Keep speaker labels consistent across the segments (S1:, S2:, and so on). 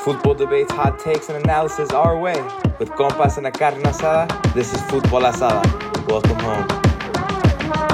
S1: Football debates, hot takes, and analysis our way. With compas and a carne asada, this is Football Asada. Welcome home.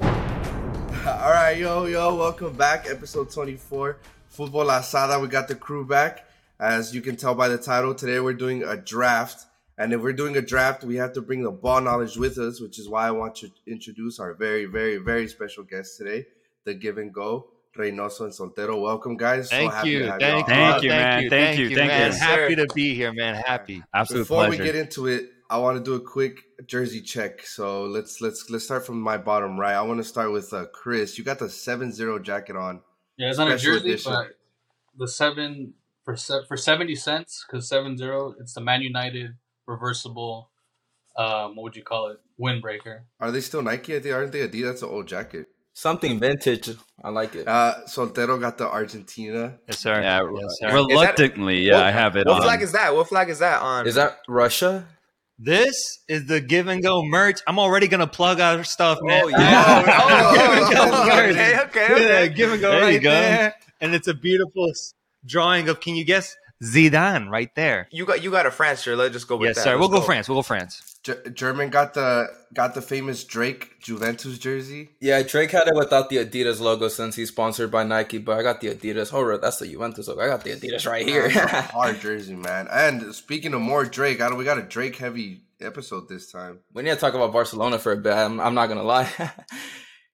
S2: All right, yo, yo, welcome back. Episode 24, Football Asada. We got the crew back. As you can tell by the title, today we're doing a draft. And if we're doing a draft, we have to bring the ball knowledge with us, which is why I want to introduce our very, very, very special guest today, the Give and Go, Reynoso and Soltero. Welcome, guys.
S3: Thank
S2: so happy
S3: you.
S2: To have
S3: Thank,
S2: y'all.
S3: you.
S2: on.
S4: Thank you, man. Thank you. Thank
S3: man.
S4: you.
S3: Happy
S2: Sir.
S3: to be here, man. Happy.
S4: Absolute
S2: Before
S4: pleasure.
S2: we get into it, I want to do a quick jersey check. So let's let's let's start from my bottom right. I want to start with uh, Chris. You got the 7-0 jacket on.
S5: Yeah, it's not
S2: Special
S5: a jersey,
S2: edition.
S5: but the seven for se- for seventy cents because seven zero. It's the Man United reversible. Um, what would you call it? Windbreaker.
S2: Are they still Nike? I think aren't they Adidas? That's an old jacket.
S1: Something vintage. I like it.
S2: Uh, Soltero got the Argentina.
S3: Yes, sir.
S4: yeah,
S3: yes,
S4: re-
S3: sir.
S4: reluctantly, yeah,
S6: what-
S4: I have it
S6: What
S4: on.
S6: flag is that? What flag is that on?
S1: Is that Russia?
S3: this is the give and go merch. I'm already gonna plug our stuff, man.
S1: Oh, yeah.
S3: Oh, oh, oh,
S6: okay, okay, okay,
S3: yeah,
S6: okay.
S3: give and go
S4: There you
S3: right
S4: go.
S3: there. And it's a beautiful s- drawing of. Can you guess Zidane right there?
S6: You got you got a France shirt. Let's just go with
S3: yes,
S6: that.
S3: sir.
S6: Let's
S3: We'll go, France. We'll go France.
S2: G- German got the got the famous Drake Juventus jersey.
S7: Yeah, Drake had it without the Adidas logo since he's sponsored by Nike, but I got the Adidas. Hold on, that's the Juventus logo. I got the Adidas right here.
S2: Hard jersey, man. And speaking of more Drake, I don't, we got a Drake heavy episode this time.
S7: we need to talk about Barcelona for a bit. I'm, I'm not going to lie.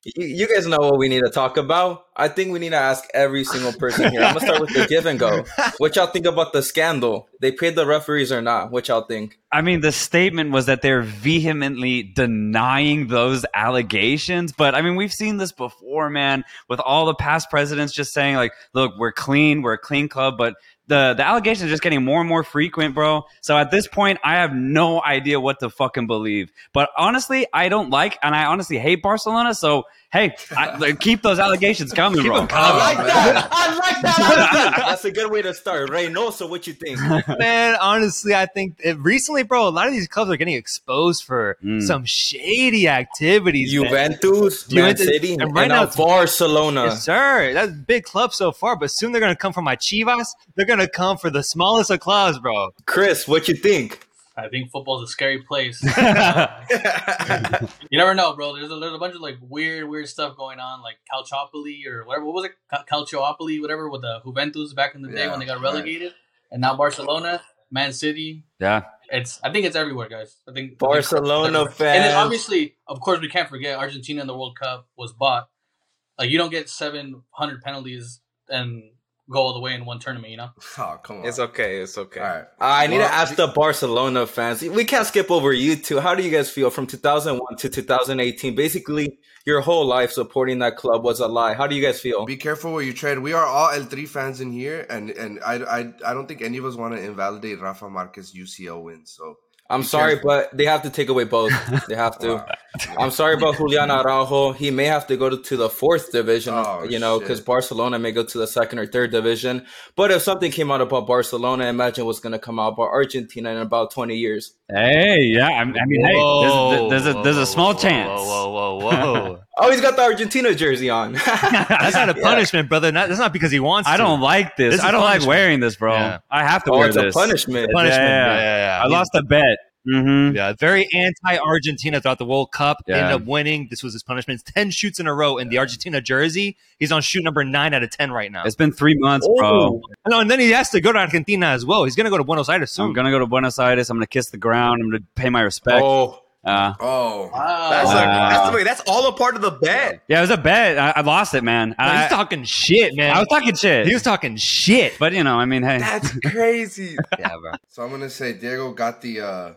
S7: you, you guys know what we need to talk about. I think we need to ask every single person here. I'm going to start with the give and go. What y'all think about the scandal? They paid the referees or not? What y'all think?
S4: I mean, the statement was that they're vehemently denying those allegations. But I mean, we've seen this before, man, with all the past presidents just saying, like, look, we're clean, we're a clean club. But the, the allegations are just getting more and more frequent, bro. So at this point, I have no idea what to fucking believe. But honestly, I don't like and I honestly hate Barcelona. So, hey, I, like, keep those allegations coming, bro.
S2: I like that.
S7: I like that. Oh, that's a good way to start. Ray so what you think?
S3: Man, honestly, I think it, recently, bro, a lot of these clubs are getting exposed for
S4: Mm.
S3: some shady activities. man.
S7: Juventus, Man
S3: Juventus,
S7: City,
S3: and
S7: and,
S3: right now
S7: now
S3: it's-
S7: Barcelona.
S4: Uh.
S3: Yes, sir. That's a big club so far, but soon they're gonna come for my Chivas. They're gonna come for the smallest of clubs, bro.
S7: Chris, what you think?
S5: I think football's a scary place. Uh, you never know, bro. There's a, there's a bunch of like weird, weird stuff going on, like Calciopoli or whatever. What was it? Cal- Calciopoli, whatever, with the Juventus back in the day
S2: Yeah,
S5: when they got
S2: right.
S5: relegated, and now Barcelona, Man City,
S4: Yeah.
S5: It's I think it's everywhere, guys. I think
S7: Barcelona
S5: I think- And
S7: fans.
S5: then obviously, of course, we can't forget Argentina in the World Cup was bought. Like you don't get seven hundred penalties and go all the way in one tournament, you know.
S2: Oh, come on.
S6: It's okay. It's okay.
S2: All right.
S7: I need
S2: Well,
S7: to ask the Barcelona fans. We can't skip over you two. How do you guys feel from 2001 to 2018? Basically, your whole life supporting that club was a lie. How do you guys feel?
S2: Be careful where you trade. We are all El Tri fans in here, and and I I, I don't think any of us want to invalidate Rafa Marquez UCL win. So
S7: I'm
S2: be
S7: sorry,
S2: careful.
S7: but they have to take away both. They have to.
S2: Wow.
S7: I'm sorry about Julian Araujo. He may have to go to, to the fourth division,
S2: Oh,
S7: you know,
S2: shit.
S7: because Barcelona may go to the second or third division. But if something came out about Barcelona, imagine what's going to come out about Argentina in about 20 years.
S4: Hey, yeah. I, I mean, hey, there's, there's a there's a small
S3: Whoa,
S4: chance.
S3: Whoa, whoa, whoa, whoa!
S7: Oh, he's got the Argentina jersey on.
S3: that's not a punishment, brother. Not, that's not because he wants.
S4: I
S3: to.
S4: don't like this.
S3: This is
S4: I don't like
S3: punishment.
S4: wearing this, bro.
S3: Yeah.
S4: I have to
S7: oh,
S4: wear
S7: it's
S4: this.
S7: a punishment.
S3: punishment.
S4: Yeah.
S3: Yeah, yeah, yeah.
S4: I lost a bet. Mm-hmm.
S3: Yeah, very anti-Argentina throughout the World Cup.
S4: Yeah.
S3: Ended up winning. This was his punishment. It's Ten shoots in a row in the Argentina jersey. He's on shoot number nine out of ten right now.
S4: It's been three months,
S7: Oh,
S4: bro.
S3: No, and then he has to go to Argentina as well. He's going to go to Buenos Aires
S4: So I'm
S3: soon.
S4: gonna go to Buenos Aires. I'm gonna kiss the ground. I'm gonna pay my respect.
S7: Oh,
S4: Uh,
S2: oh,
S5: Wow.
S6: That's,
S4: Wow.
S6: like, that's, wait, that's all a part of the bet.
S4: yeah, it was a bet. I, I lost it, man.
S3: No,
S4: I,
S3: he's talking shit, man.
S4: I was talking shit.
S3: he was talking shit.
S4: but you know, I mean, hey,
S6: That's crazy.
S3: Yeah, bro.
S2: so I'm gonna say Diego got the uh,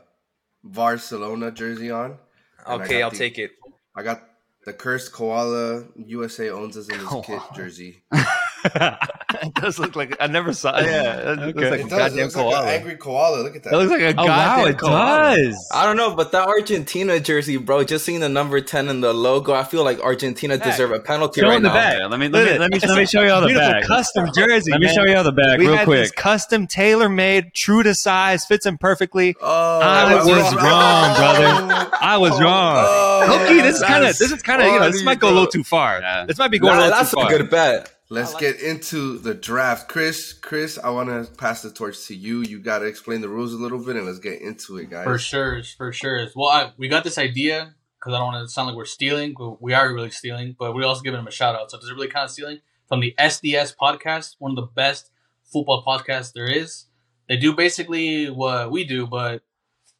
S2: Barcelona jersey on. and I
S6: okay,
S2: got
S6: I'll
S2: the-
S6: take it.
S2: I got the cursed koala USA owns us in his kit
S3: Koala.
S2: jersey.
S3: it does look like I never saw. Yeah, it looks
S4: Okay.
S3: like
S2: It does. It
S3: a
S2: looks like
S3: goddamn
S2: an
S3: koala.
S2: angry koala. Look at
S3: It
S2: that.
S3: looks like a
S4: Oh
S3: goddamn
S4: wow, it
S3: koala.
S4: does.
S7: I don't know, but that Argentina jersey, bro, just seeing the number 10 in the logo, I feel like Argentina deserve a penalty
S4: Show
S7: right
S4: him the
S7: now.
S4: back. Let me let me let me, let me show you all the
S3: Beautiful
S4: back.
S3: custom jersey.
S4: Let me
S3: man.
S4: show you all the back
S3: we
S4: real
S3: had this
S4: quick.
S3: custom tailor made, true to size, fits him perfectly.
S2: Oh,
S3: I
S2: that's
S3: was wrong, brother. I was wrong.
S2: Oh,
S3: Loki, this is kind of
S2: that's
S3: this is kind of you know this
S2: funny,
S3: might go a little
S2: bro.
S3: too far.
S4: Yeah.
S3: This might be going a
S7: Nah,
S3: little
S7: that's
S3: too
S7: a
S3: far.
S7: good bet.
S2: Let's get into the draft, Chris. Chris, I want to pass the torch to you. You got to explain the rules a little bit, and let's get into it, guys.
S5: For sure, for sure. Well, I, we got this idea because I don't want to sound like we're stealing. but We are really stealing, but we're also giving them a shout out. So does it really count as stealing from the SDS podcast, one of the best football podcasts there is. They do basically what we do, but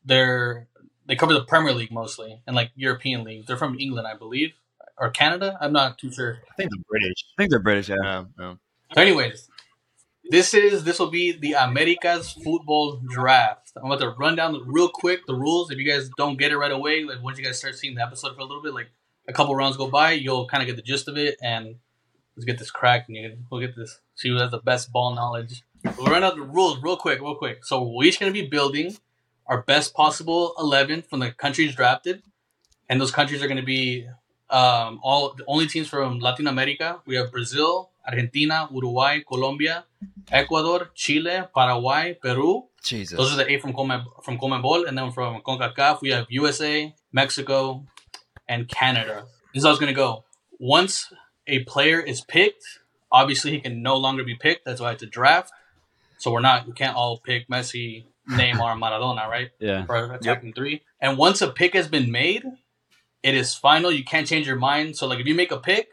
S5: they're they cover the Premier League mostly and like European leagues. They're from England, I believe, or Canada. I'm not too sure.
S3: I think the British.
S4: I think they're British. Yeah.
S5: So, anyways, this is this will be the Americas football draft. I'm about to run down the, real quick the rules. If you guys don't get it right away, like once you guys start seeing the episode for a little bit, like a couple rounds go by, you'll kind of get the gist of it, and let's get this cracked. And you, we'll get this. See who has the best ball knowledge. We'll run out the rules real quick, real quick. So we're each gonna be building our best possible eleven from the countries drafted, and those countries are gonna be um, all the only teams from Latin America. We have Brazil, Argentina, Uruguay, Colombia, Ecuador, Chile, Paraguay, Peru.
S3: Jesus.
S5: Those are the eight from Come from Comebol, and then from CONCACAF we have USA, Mexico, and Canada. This is how it's gonna go. Once a player is picked, obviously he can no longer be picked. That's why it's a draft. So we're not we can't all pick Messi, Neymar, Maradona, right?
S4: Yeah.
S5: for attacking three. And once a pick has been made, it is final. You can't change your mind. So like if you make a pick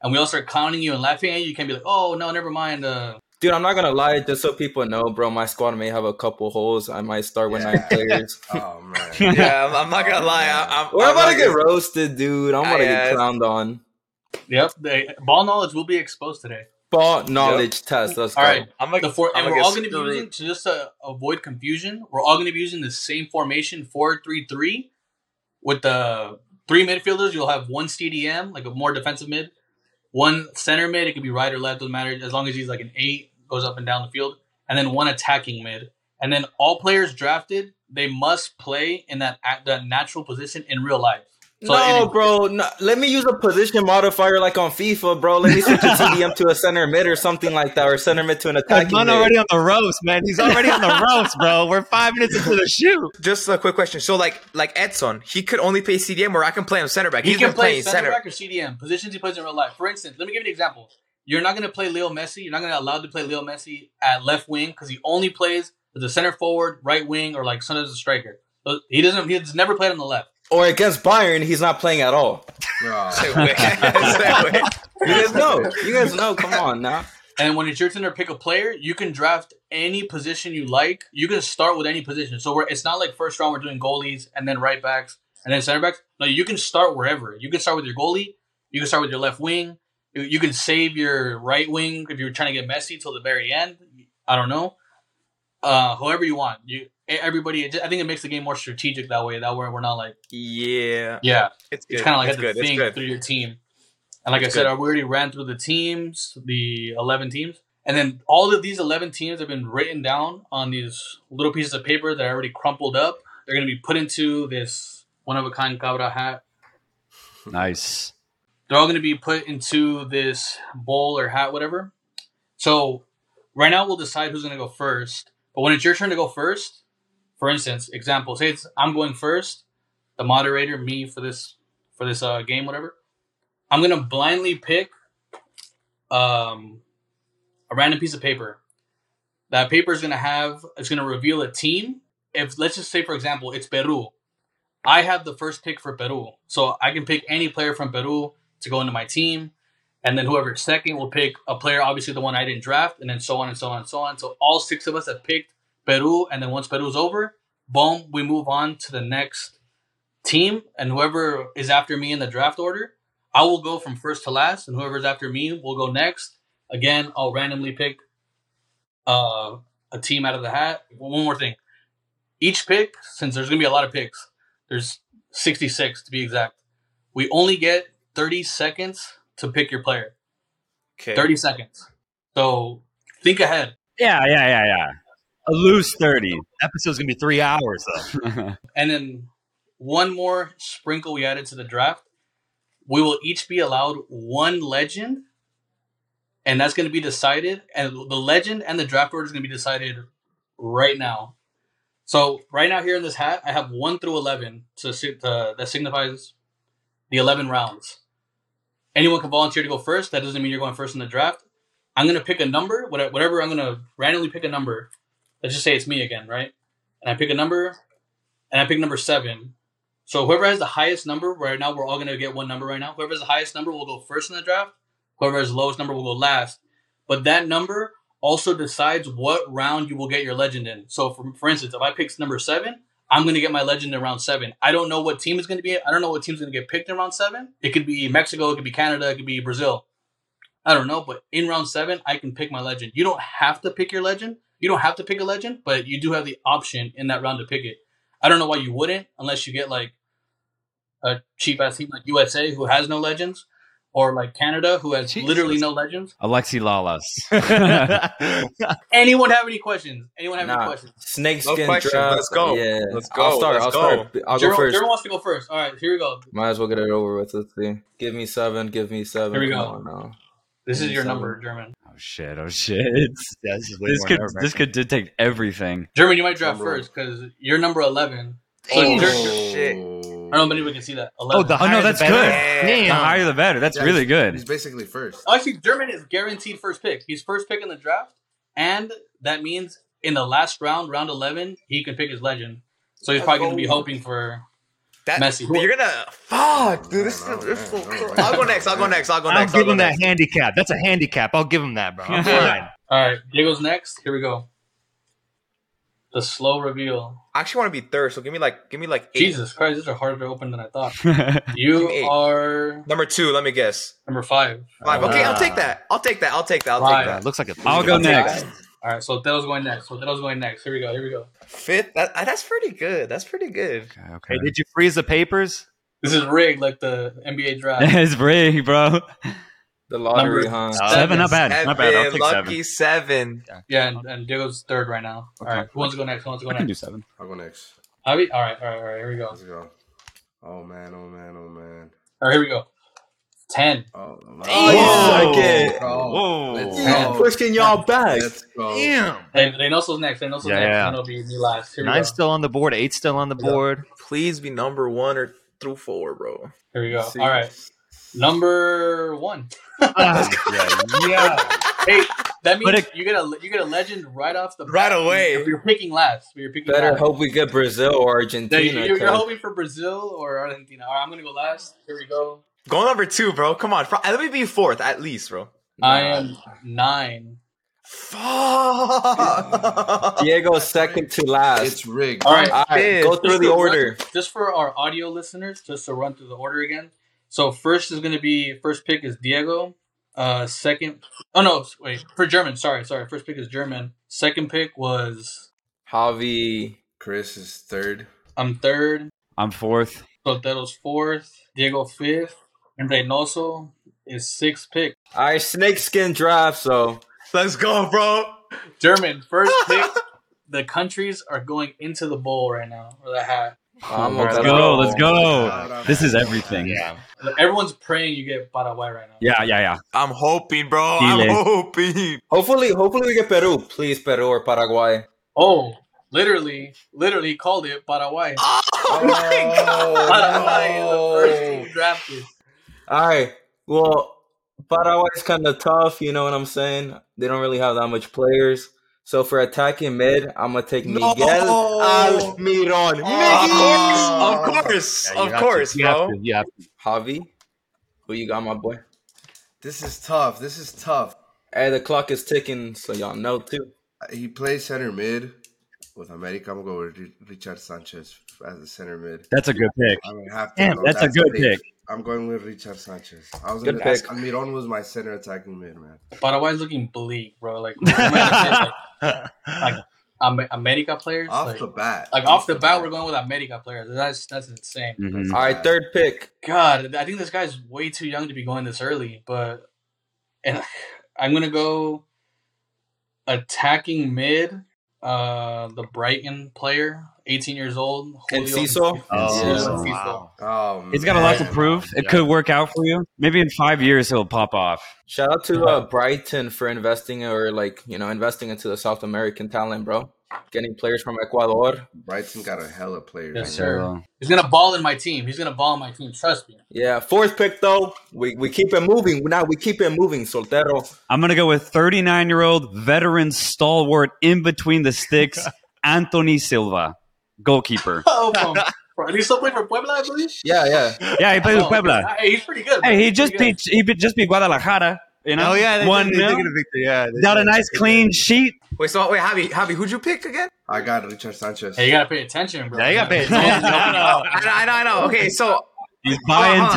S5: and we all start clowning you and laughing at you, you can't be like, oh no, never mind. Uh,
S7: Dude, I'm not gonna lie, just so people know, bro, my squad may have a couple holes. I might start with nine players.
S2: Oh man.
S6: yeah, I'm, I'm not gonna lie. I, I'm,
S7: We're
S6: I'm
S7: about
S6: not
S7: to get roasted, dude. I'm about to
S6: Yeah,
S7: get
S6: it's-
S7: clowned on.
S5: yep, the ball knowledge will be exposed today.
S7: Ball knowledge test. Let's go.
S5: All right,
S6: I'm gonna,
S5: the four,
S6: I'm
S5: and we're all going to be
S6: screwed.
S5: using to just uh, avoid confusion. We're all going to be using the same formation four three three with the three midfielders. You'll have one CDM, like a more defensive mid, one center mid. It could be right or left, doesn't matter as long as he's like an eight, goes up and down the field, and then one attacking mid. And then all players drafted they must play in that act- that natural position in real life. So
S7: no,
S5: it-
S7: bro. No, let me use a position modifier like on FIFA, bro. Let me switch a CDM to a center mid or something like that, or center mid to an
S3: Like,
S7: attacking
S3: man
S7: mid.
S3: already on the roast, man. He's already on the roast, bro. We're five minutes into the shoot.
S6: Just a quick question. So, like, like Edson, he could only play CDM, or I can play him center back.
S5: He
S6: He's
S5: can
S6: been
S5: play
S6: playing
S5: center, back or CDM positions he plays in real life. For instance, let me give you an example. You're not going to play Leo Messi. You're not going to allowed to play Leo Messi at left wing because he only plays as a center forward, right wing, or like sometimes a striker. So He doesn't. He's never played on the left.
S7: Or against Bayern, he's not playing at all.
S2: Oh,
S6: Say wait. Say wait.
S7: You guys know. You guys know. Come on now.
S5: And when it's your turn to pick a player, you can draft any position you like. You can start with any position. So we're, it's not like first round we're doing goalies and then right backs and then center backs. No, you can start wherever. You can start with your goalie. You can start with your left wing. You, you can save your right wing if you're trying to get messy till the very end. I don't know. Uh, however you want. You everybody. It just, I think it makes the game more strategic that way. That way we're not like
S6: Yeah,
S5: yeah
S6: it's good.
S5: it's kind of like
S6: it's
S5: you have
S6: good.
S5: to
S6: It's
S5: think
S6: good.
S5: through your team. And like
S6: It's
S5: I said,
S6: good.
S5: I already ran through the teams, the eleven teams, and then all of these eleven teams have been written down on these little pieces of paper that I already crumpled up. They're going to be put into this one of a kind cabra hat.
S4: Nice.
S5: They're all going to be put into this bowl or hat, whatever. So right now we'll decide who's going to go first. But when it's your turn to go first, for instance, example, say it's I'm going first, the moderator, me for this for this uh, game, whatever. I'm gonna blindly pick um, a random piece of paper. That paper is gonna have it's gonna reveal a team. If let's just say for example, it's Peru. I have the first pick for Peru, so I can pick any player from Peru to go into my team, and then whoever's second will pick a player, obviously the one I didn't draft, and then so on and so on and so on. So all six of us have picked Peru, and then once Peru's over, boom, we move on to the next team, and whoever is after me in the draft order, I will go from first to last, and whoever's after me will go next. Again, I'll randomly pick uh, a team out of the hat. One more thing: each pick, since there's going to be a lot of picks, there's 66 to be exact. We only get 30 seconds to pick your player.
S6: Okay.
S5: 30 seconds. So think ahead.
S4: Yeah, yeah, yeah, yeah. A loose 30.
S3: Episode's gonna be three hours though.
S5: And then one more sprinkle we added to the draft. We will each be allowed one legend, and that's going to be decided. And the legend and the draft order is going to be decided right now. So right now here in this hat, I have one through eleven. So si- uh, that signifies the eleven rounds. Anyone can volunteer to go first. That doesn't mean you're going first in the draft. I'm going to pick a number. whate- Whatever I'm going to randomly pick a number. Let's just say it's me again, right? And I pick a number and I pick number seven. So whoever has the highest number right now, we're all gonna get one number right now. Whoever has the highest number will go first in the draft. Whoever has the lowest number will go last. But that number also decides what round you will get your legend in. So for, for instance, if I pick number seven, I'm gonna get my legend in round seven. I don't know what team is gonna be. I don't know what team's gonna get picked in round seven. It could be Mexico, it could be Canada, it could be Brazil. I don't know, but in round seven, I can pick my legend. You don't have to pick your legend. You don't have to pick a legend, but you do have the option in that round to pick it. I don't know why you wouldn't, unless you get like a cheap ass team like USA who has no legends, or like Canada who has
S3: Jesus.
S5: literally no legends.
S4: Alexi Lalas.
S5: Anyone have any questions? Anyone have any
S7: Nah.
S5: questions?
S7: Snakeskin
S6: No question.
S7: draft.
S6: Let's go.
S7: Yeah.
S6: Let's go.
S7: I'll start.
S6: Let's
S7: I'll
S6: go.
S7: start. I'll
S5: Jerome,
S7: go first.
S5: Jerome wants to go first. All right, here we go.
S7: Might as well get it over with. Let's see. Give me seven. Give me seven.
S5: Here we
S7: Come
S5: go.
S7: on now.
S5: This is
S7: Mm,
S5: your
S7: so-
S5: number, German.
S4: oh shit, oh shit.
S3: That's just way
S4: This
S3: more
S4: could
S3: nerve-wracking.
S4: this could detect everything.
S5: German, you might draft
S2: Number one.
S5: first because you're number eleven. So
S6: Oh,
S5: Jer-
S6: shit.
S5: I don't know if anybody can see that.
S3: Oh,
S5: 11.
S3: the higher
S4: no,
S3: the
S4: that's
S3: better.
S4: good.
S3: Damn.
S4: The higher the better. That's
S2: Yeah,
S4: really good.
S2: He's basically first.
S5: Oh, Actually, German is guaranteed first pick. He's first pick in the draft, and that means in the last round, round eleven, he can pick his legend. So he's probably going to be hoping for.
S6: That,
S5: Messi.
S6: You're gonna fuck, dude. This is
S2: Oh,
S6: this
S2: man,
S6: is-
S2: oh, man.
S6: I'll go next. I'll go next. I'll go
S3: I'll
S6: next. I'll
S3: give
S6: go
S3: him that
S6: next.
S3: handicap. That's a handicap. I'll give him that, bro. I'm fine.
S5: All right, Diego's next. Here we go. The slow reveal.
S6: I actually want to be third, so give me like, give me like eight.
S5: Jesus Christ, these are harder to open than I thought. You
S6: Give me eight.
S5: are
S6: Number two. Let me guess.
S5: number five.
S6: Five. Okay,
S3: Ah.
S6: I'll take that. I'll take that. I'll take that. I'll
S5: Five.
S3: Yeah, it
S6: take that.
S3: looks like a
S4: I'll go next.
S5: All right, so Theo's going next. So Theo's going next. Here we go. Here we go.
S6: Fifth. That, uh, that's pretty good. That's pretty good.
S4: Okay.
S3: Hey, did you freeze the papers?
S5: This is rigged like the NBA draft.
S4: it's rigged, bro.
S7: The lottery,
S5: Number-
S7: huh?
S4: Seven, not bad. Not bad. I'll
S6: Seven.
S4: take
S6: Lucky
S4: seven.
S6: seven.
S5: yeah, and, and Diego's third right now. All
S4: Okay.
S5: right, who wants to go next? Who wants to go
S4: I can do
S5: next?
S4: seven.
S2: I'll go next.
S5: Javi? All right, all right, all right. Here we go. All
S2: Let's go. Oh man, oh man, oh man.
S5: right, here we go. Ten.
S2: Oh,
S6: Whoa.
S2: wow.
S7: Suck it.
S2: Let's
S5: Yeah,
S2: go.
S7: Pushing y'all back.
S2: Let's go.
S3: Damn.
S5: They, they know so's next. They know so's
S3: Yeah,
S5: next.
S3: yeah.
S5: And it'll be me last. Here we go.
S3: Nine's still on the board. Eight's still on the
S5: Yeah.
S3: board.
S6: Please be number one or through four, bro.
S5: Here we go. All right. Number one.
S3: Ah, yeah, yeah.
S5: Hey, that means
S3: But it-
S5: you get a you get a legend right off the
S6: Right
S5: bat.
S6: away.
S5: You're picking last. You're picking
S7: Better
S5: last.
S7: hope we get Brazil
S5: Now,
S7: or
S5: you-
S7: Argentina.
S5: you're, you're
S7: 'cause-
S5: hoping for Brazil or Argentina. All right, I'm gonna go last. Here we go.
S6: Go number two, bro. Come on. Fr- Let me be fourth at least, bro.
S5: I am nine.
S6: Fuck.
S7: Diego second to last.
S2: It's rigged.
S5: All right,
S7: All right, go
S6: Fifth.
S7: through the order.
S5: just for our audio listeners, just to run through the order again. So first is gonna be first pick is Diego. Uh, second. Oh no, wait for German. Sorry, sorry. First pick is German. Second pick was
S7: Javi.
S2: Chris is third.
S5: I'm third.
S4: I'm fourth.
S5: Soltero's fourth. Diego fifth. And Reynoso is sixth pick.
S7: All right, snakeskin draft. So uh,
S6: Let's go, bro.
S5: German first pick. the countries are going into the bowl right now, or the hat.
S7: I'm
S4: Let's
S7: gonna
S4: go. Let's go. This is everything. Yeah,
S3: Yeah.
S5: Everyone's praying you get Paraguay right now.
S4: yeah, yeah.
S6: I'm hoping, bro. I'm
S4: Chile.
S6: hoping.
S7: Hopefully, hopefully we get Peru. Please, Peru or Paraguay.
S5: Oh, literally, literally called it Paraguay.
S6: Oh, my god.
S5: Paraguay is the first team drafted.
S7: All right. Well, Paraguay's kind of tough. You know what I'm saying? They don't really have that much players. So for attacking mid, I'm gonna take Miguel Almiron.
S3: Oh!
S6: Of course. Of course.
S3: Yeah, you
S6: of
S3: have to.
S6: course,
S3: You have
S6: bro.
S3: to. You have to.
S7: Javi, who you got, my boy?
S2: This is tough. This is tough.
S7: Hey, the clock is ticking, so y'all know too.
S2: He plays center mid with America. I'm gonna go with Ri- Richard Sanchez as the center mid.
S4: That's a good pick.
S2: I'm gonna have to.
S4: Damn,
S2: go.
S4: that's a good
S2: the
S4: pick.
S2: I'm going with Richard Sanchez. I was
S7: Good
S2: gonna ask.
S7: pick.
S2: Almiron was my center attacking mid, man.
S5: Paraguay's looking bleak, bro. Like, like, like Am- America players.
S2: Off
S5: like,
S2: the bat.
S5: like, off the bat, we're going with America players. That's that's insane.
S4: Mhm.
S7: All right, third pick.
S5: God, I think this guy's way too young to be going this early, but and I'm gonna go attacking mid, uh, the Brighton player, 18 years old,
S7: And
S5: Julio-
S7: Cecil.
S8: Oh,
S5: Julio
S8: Cecil.
S5: Cecil.
S2: Oh,
S4: He's got a lot to
S2: man.
S4: prove. It
S8: Yeah.
S4: could work out for you. Maybe in five years he'll pop off.
S7: Shout out to uh, Brighton for investing or like you know investing into the South American talent, bro. Getting players from Ecuador.
S2: Brighton got a hella player.
S5: Yes,
S2: Yes,
S5: sir. He's gonna ball in my team. He's gonna ball in my team. Trust me.
S7: Yeah, fourth pick though. We, we keep it moving. Now we keep it moving. Soltero.
S4: I'm gonna go with 39 year old veteran stalwart in between the sticks, Anthony Silva, goalkeeper.
S5: Oh, um, bro, he's still playing for Puebla, I believe.
S7: Yeah, yeah.
S4: Yeah, he plays with
S5: Oh,
S4: Puebla.
S5: Hey, he's pretty good.
S4: Hey,
S5: bro.
S4: he just
S5: Pretty
S4: beat
S5: good.
S4: he be- just beat Guadalajara. You know,
S3: Oh yeah, they,
S4: one
S3: they, they,
S4: nil.
S3: they get a victory. Yeah, they-
S4: Got a nice clean sheet.
S6: Wait, so wait, Javi, Javi, who'd you pick again?
S2: I got Richard Sanchez.
S5: Hey, you gotta pay attention, bro.
S3: Yeah, you got paid.
S6: I know, I know, I know. Okay, so
S4: He's buying
S6: Hold on.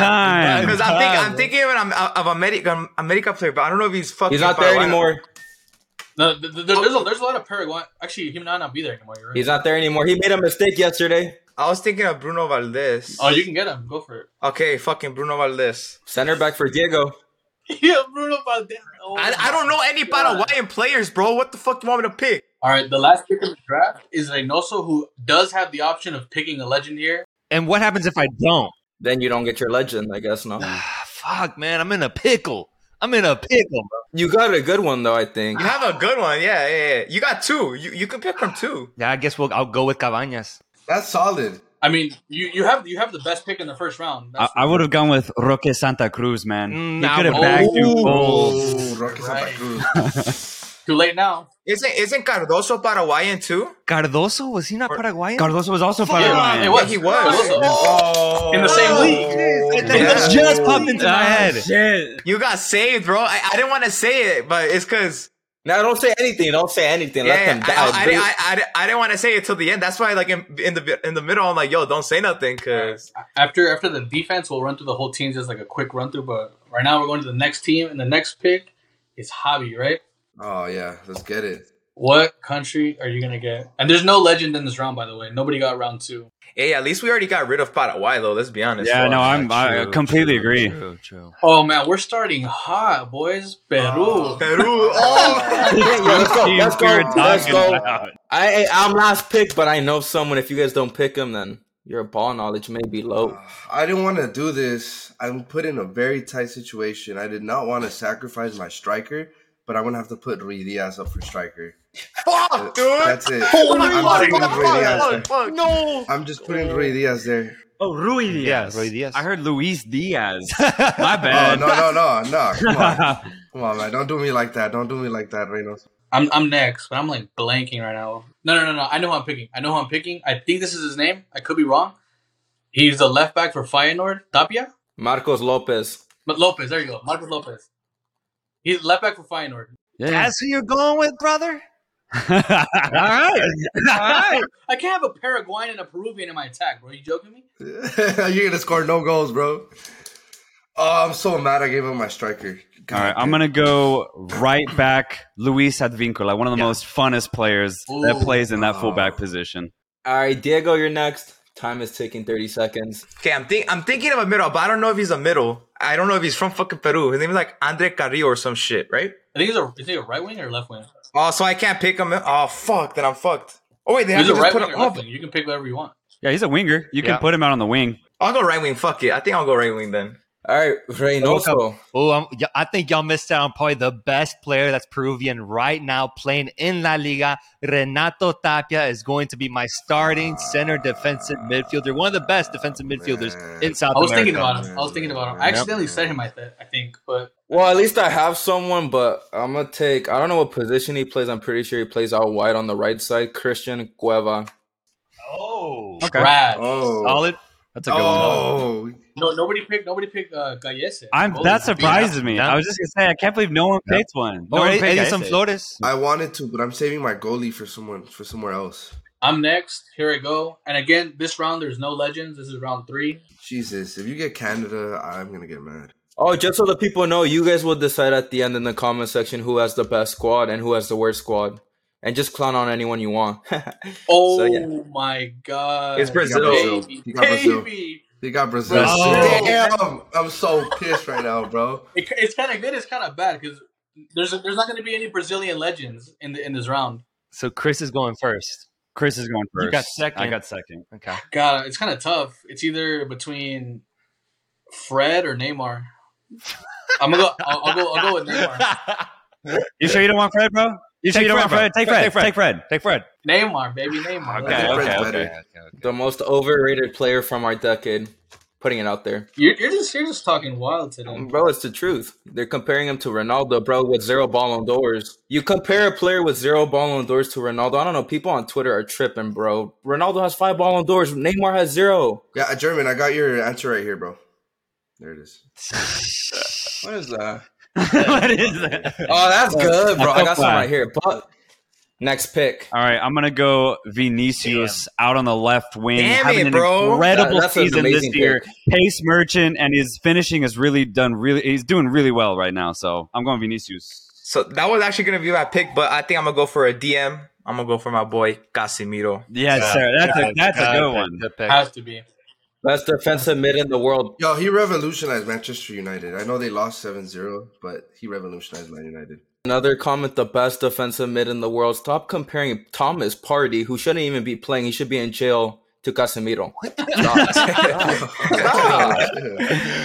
S4: time.
S6: because I'm thinking, I'm
S3: Wow.
S6: thinking of an of America, America player, but I don't know if he's fucking.
S7: He's not there
S6: Paraguay.
S7: anymore.
S5: No, th- th- there's a there's a lot of Paraguay. Actually, he might not be there anymore. You're right.
S7: He's not there anymore. He made a mistake yesterday.
S6: I was thinking of Bruno Valdez.
S5: oh, you can get him. Go for it.
S6: okay, fucking Bruno Valdez.
S7: Center back for Diego.
S5: yeah, Bruno Valdez. Oh,
S6: I, I don't know any Paraguayan players, bro. What the fuck do you want me to pick?
S5: All right, the last pick of the draft is Reynoso, who does have the option of picking a legend here.
S3: and what happens if I don't?
S7: Then you don't get your legend, I guess. No,
S3: Ah, fuck, man, I'm in a pickle. I'm in a pickle, bro.
S7: you got a good one though. I think.
S6: You have a good one, yeah, yeah. yeah. You got two. You you can pick from two.
S3: Yeah, I guess we'll. I'll go with Cabañas.
S2: That's solid.
S5: I mean, you, you have you have the best pick in the first round.
S4: I,
S5: That's
S4: I would have gone with Roque Santa Cruz, man.
S3: Mm,
S4: he
S3: I
S4: could have
S3: would-
S4: bagged you
S3: Ooh.
S4: gold.
S2: Ooh, Rocky Santa
S5: Oh, Right.
S2: Cruz.
S5: too late now.
S6: Isn't isn't Cardoso Paraguayan too?
S3: Cardoso was he not Paraguayan?
S4: Cardoso was also
S3: Fuck.
S4: Paraguayan.
S5: it was.
S6: he was.
S5: It was.
S2: Oh,
S5: In the same league.
S3: That just popped into my head.
S4: Shit.
S6: You got saved, bro. I, I didn't want to say it, but it's because
S7: Now don't say anything. Don't say anything. Let
S6: yeah,
S7: them
S6: I,
S7: die.
S6: I, I,
S7: dude.
S6: didn't- I, I, didn't- I didn't want to say it till the end. That's why, like in, in the in the middle, I'm like, yo, don't say nothing, cause
S5: After after the defense, we'll run through the whole team just like a quick run through. But right now, we're going to the next team, and the next pick is Hobby. Right?
S2: Oh yeah, let's get it.
S5: What country are you gonna get? And there's no legend in this round, by the way. Nobody got round two.
S6: hey, at least we already got rid of Paraguay, though. Let's be honest.
S4: Yeah,
S6: bro.
S4: no, I'm, I
S3: True,
S4: completely
S3: true,
S4: agree.
S3: True, true.
S5: Oh man, we're starting hot, boys. Peru.
S6: Peru. Oh,
S7: Yeah, let's go.
S4: Teams
S7: Let's
S4: we were
S7: go. Let's
S4: talking
S7: go.
S4: about.
S7: I I'm last pick, but I know someone. If you guys don't pick him, then your ball knowledge may be low.
S2: I didn't want to do this. I'm put in a very tight situation. I did not want to sacrifice my striker, but I'm gonna have to put Rui Diaz up for striker.
S6: fuck, dude.
S2: That's it.
S6: Holy
S2: I'm
S6: fuck,
S2: putting
S6: fuck,
S2: Rui Diaz
S6: fuck,
S2: there.
S6: fuck, fuck. No.
S2: I'm just putting Rui Diaz there.
S4: Oh, Rui Diaz.
S3: Rui Diaz.
S4: I heard Luis Diaz. My
S2: Oh
S4: bad.
S2: no no no no! Come on, come on, man! Don't do me like that! Don't do me like that, Reynos.
S5: I'm I'm next, but I'm like blanking right now. No, no, no, no. I know who I'm picking. I know who I'm picking. I think this is his name. I could be wrong. He's the left back for Feyenoord, Tapia,
S7: Marcos Lopez.
S5: but Lopez. There you go, Marcos Lopez. He's left back for Feyenoord.
S4: Yeah.
S3: That's who you're going with, brother.
S4: All right.
S5: I can't have a Paraguayan and a Peruvian in my attack, bro. You joking me?
S2: You're gonna score no goals, bro. Oh, I'm so mad! I gave up my striker.
S4: All right, I'm gonna go right back. Luis Advíncula, one of the most funnest players that
S5: Ooh.
S4: plays in that
S2: Oh.
S4: fullback position.
S7: All right, Diego, you're next. Time is ticking. Thirty seconds.
S6: Okay, I'm think I'm thinking of a middle, but I don't know if he's a middle. I don't know if he's from fucking Peru. His name is like Andre Carrillo or some shit, right?
S5: I think he's a is he a right wing or left wing?
S6: Oh, so I can't pick him. Oh fuck, then I'm fucked. Oh wait, they have
S5: He's
S6: to
S5: a
S6: just
S5: right
S6: put
S5: wing
S6: him
S5: or left
S6: up.
S5: wing. You can pick whatever you want.
S4: Yeah, he's a winger. You
S3: Yeah.
S4: can put him out on the wing.
S6: I'll go right wing. Fuck it. I think I'll go right wing then.
S7: All right, Reynoso.
S3: Oh, I'm, y- I think y'all missed out on probably the best player that's Peruvian right now playing in La Liga. Renato Tapia is going to be my starting center defensive midfielder, one of the best defensive midfielders
S2: man.
S3: in South
S5: I was
S3: America.
S5: thinking about him. I was thinking about him. I accidentally said him. I th- I think, but
S7: Well, at least I have someone, but I'm gonna take. I don't know what position he plays. I'm pretty sure he plays out wide on the right side. Christian Cueva.
S3: Oh,
S4: Okay.
S5: Brad.
S2: Oh,
S3: solid.
S4: That's a good one.
S2: oh,
S5: No, nobody picked. Nobody picked uh, Gallese.
S4: I'm
S5: Goalie.
S4: that surprises me.
S3: Yeah.
S4: I was just gonna say I can't believe no one
S3: Yeah.
S4: picked one. No
S3: Or
S4: one picked
S3: Edison
S4: Gallese.
S3: Flores.
S2: I wanted to, but I'm saving my goalie for someone for somewhere else.
S5: I'm next. Here I go. And again, this round there's no legends. This is round three.
S2: Jesus, if you get Canada, I'm gonna get mad.
S7: Oh, just so the people know, you guys will decide at the end in the comment section who has the best squad and who has the worst squad, and just clown on anyone you want.
S5: Oh
S7: So, yeah.
S5: my god!
S6: It's Brazil.
S5: baby,
S2: You got Brazil.
S5: baby.
S2: They got Brazil.
S4: Brazil.
S2: Damn, I'm so pissed right now, bro.
S5: It, it's kind of good. It's kind of bad because there's there's not going to be any Brazilian legends in the in this round.
S3: So Chris is going first.
S4: Chris is going first.
S3: You got second.
S4: I got second.
S3: Okay.
S5: God, it's kind of tough. It's either between Fred or Neymar. I'm gonna go. I'll, I'll go. I'll go with Neymar.
S4: You sure you don't want Fred, bro? You sure
S3: Take
S4: you don't
S3: Fred,
S4: want
S3: bro.
S4: Fred? Take
S3: Take
S4: Fred.
S3: Fred.
S4: Take Fred.
S3: Take Fred.
S5: Neymar, baby, Neymar.
S4: Okay.
S2: Fred's
S4: Okay.
S2: better.
S4: Okay.
S7: The most overrated player from our decade. Putting it out there,
S5: You're, you're just you're just talking wild
S2: Um,
S5: today.
S7: bro. It's the truth. They're comparing him to Ronaldo, bro, with zero ball on doors. You compare a player with zero ball on doors to Ronaldo. I don't know. People on Twitter are tripping, bro. Ronaldo has five ball on doors. Neymar has zero.
S2: Yeah, uh, German, I got your answer right here, bro. There it is. what is that?
S4: what is that?
S7: Oh, that's good, bro. I got some
S4: Fine.
S7: right here. But next pick.
S4: All right, I'm gonna go Vinicius out on the left wing.
S6: Damn
S4: having
S6: it,
S4: an
S6: bro.
S4: Incredible
S7: That- that's an
S4: season this
S7: amazing
S4: year. Pace merchant and his finishing has really done really. He's doing really well right now. So I'm going Vinicius.
S6: So that was actually gonna be my pick, but I think I'm gonna go for a DM. I'm gonna go for my boy Casimiro.
S4: Yes, sir. That's a that's a good one.
S5: Has to be.
S7: Best defensive mid in the world.
S2: Yo, he revolutionized Manchester United. I know they lost 7-0, but he revolutionized Man United.
S7: Another comment: the best defensive mid in the world. Stop comparing Thomas Party, who shouldn't even be playing. He should be in jail. To Casemiro.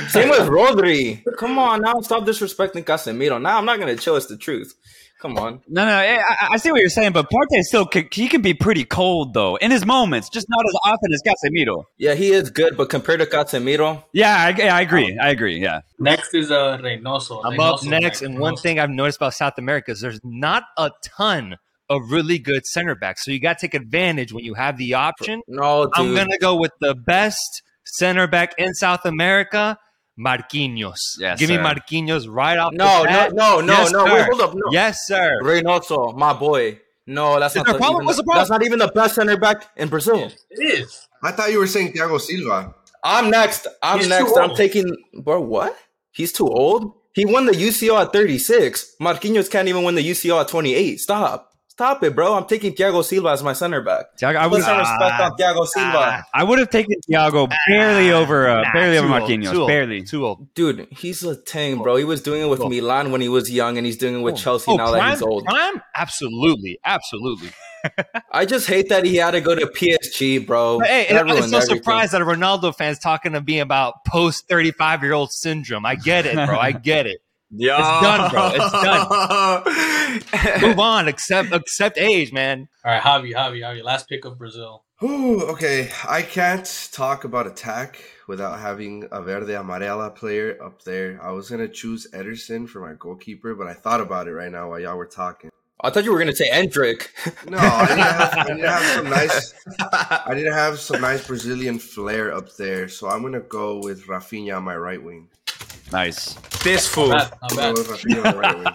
S7: Same with Rodri. Come on now, stop disrespecting Casemiro. Now I'm not gonna chill. It's the truth. Come on.
S4: No, no, I, I- I see what you're saying, but Partey still can, he can be pretty cold though in his moments, just not as often as Casemiro.
S7: Yeah, he is good, but compared to Casemiro,
S4: Yeah, I, yeah, I agree. I agree. Yeah,
S5: Next is uh Reynoso.
S3: I'm
S5: Reynoso,
S3: up next,
S5: man.
S3: and one
S5: Reynoso.
S3: thing I've noticed about South America is there's not a ton of really good center backs. So you got to take advantage when you have the option.
S7: no, dude.
S3: I'm gonna go with the best center back in South America, Marquinhos.
S4: Yes,
S3: Give me
S4: sir.
S3: Marquinhos right off. the
S7: no, no,
S3: bat.
S7: no, no,
S3: Yes,
S7: no.
S3: sir.
S7: Wait, hold up. No.
S3: Yes, sir.
S7: Reynoso, my boy. No, that's
S3: Is
S7: not
S3: there
S7: the,
S3: a problem?
S7: even
S3: What's
S7: the-
S3: the problem?
S7: that's not even the best center back in Brazil.
S5: It is.
S2: I thought you were saying Thiago Silva.
S7: I'm next. I'm
S5: He's
S7: next.
S5: too
S7: I'm
S5: old.
S7: taking bro. What? He's too old. He won the UCL at 36. Marquinhos can't even win the UCL at 28. Stop. Stop it, bro. I'm taking Thiago Silva as my center back.
S4: Thiago- I
S7: Put
S4: would
S7: some respect on Thiago
S3: ah.
S7: Silva,
S4: I would have taken Thiago barely over uh,
S3: Nah,
S4: barely over
S3: too old,
S4: Marquinhos,
S3: too old,
S4: barely.
S3: too old.
S7: dude. He's a tank, bro. He was doing it with
S3: Cool.
S7: Milan when he was young, and he's doing it with Chelsea now
S3: Oh, prime,
S7: that he's old.
S3: prime? absolutely, absolutely.
S7: I just hate that he had to go to PSG, bro.
S3: But hey,
S7: That
S3: I'm
S7: ruined
S3: so
S7: everything.
S3: surprised that a Ronaldo fan's talking to me about post 35 year old syndrome. I get it, bro. I get it.
S6: Yeah,
S3: done, bro.
S6: It's done.
S3: Move on. Accept accept age, man.
S5: All right, Javi, Javi, Javi. Last pick of Brazil.
S2: Ooh, okay, I can't talk about attack without having a verde amarela player up there. I was gonna choose Ederson for my goalkeeper, but I thought about it right now while y'all were talking.
S7: I thought you were gonna say Endrick.
S2: No, I didn't have, I didn't have some nice. I didn't have some nice Brazilian flair up there, so I'm gonna go with Rafinha on my right wing.
S4: Nice.
S6: this
S4: Oh.
S6: fool.
S5: Bad, not
S2: I'm gonna
S5: bad.
S2: go with Rafinha on my right wing.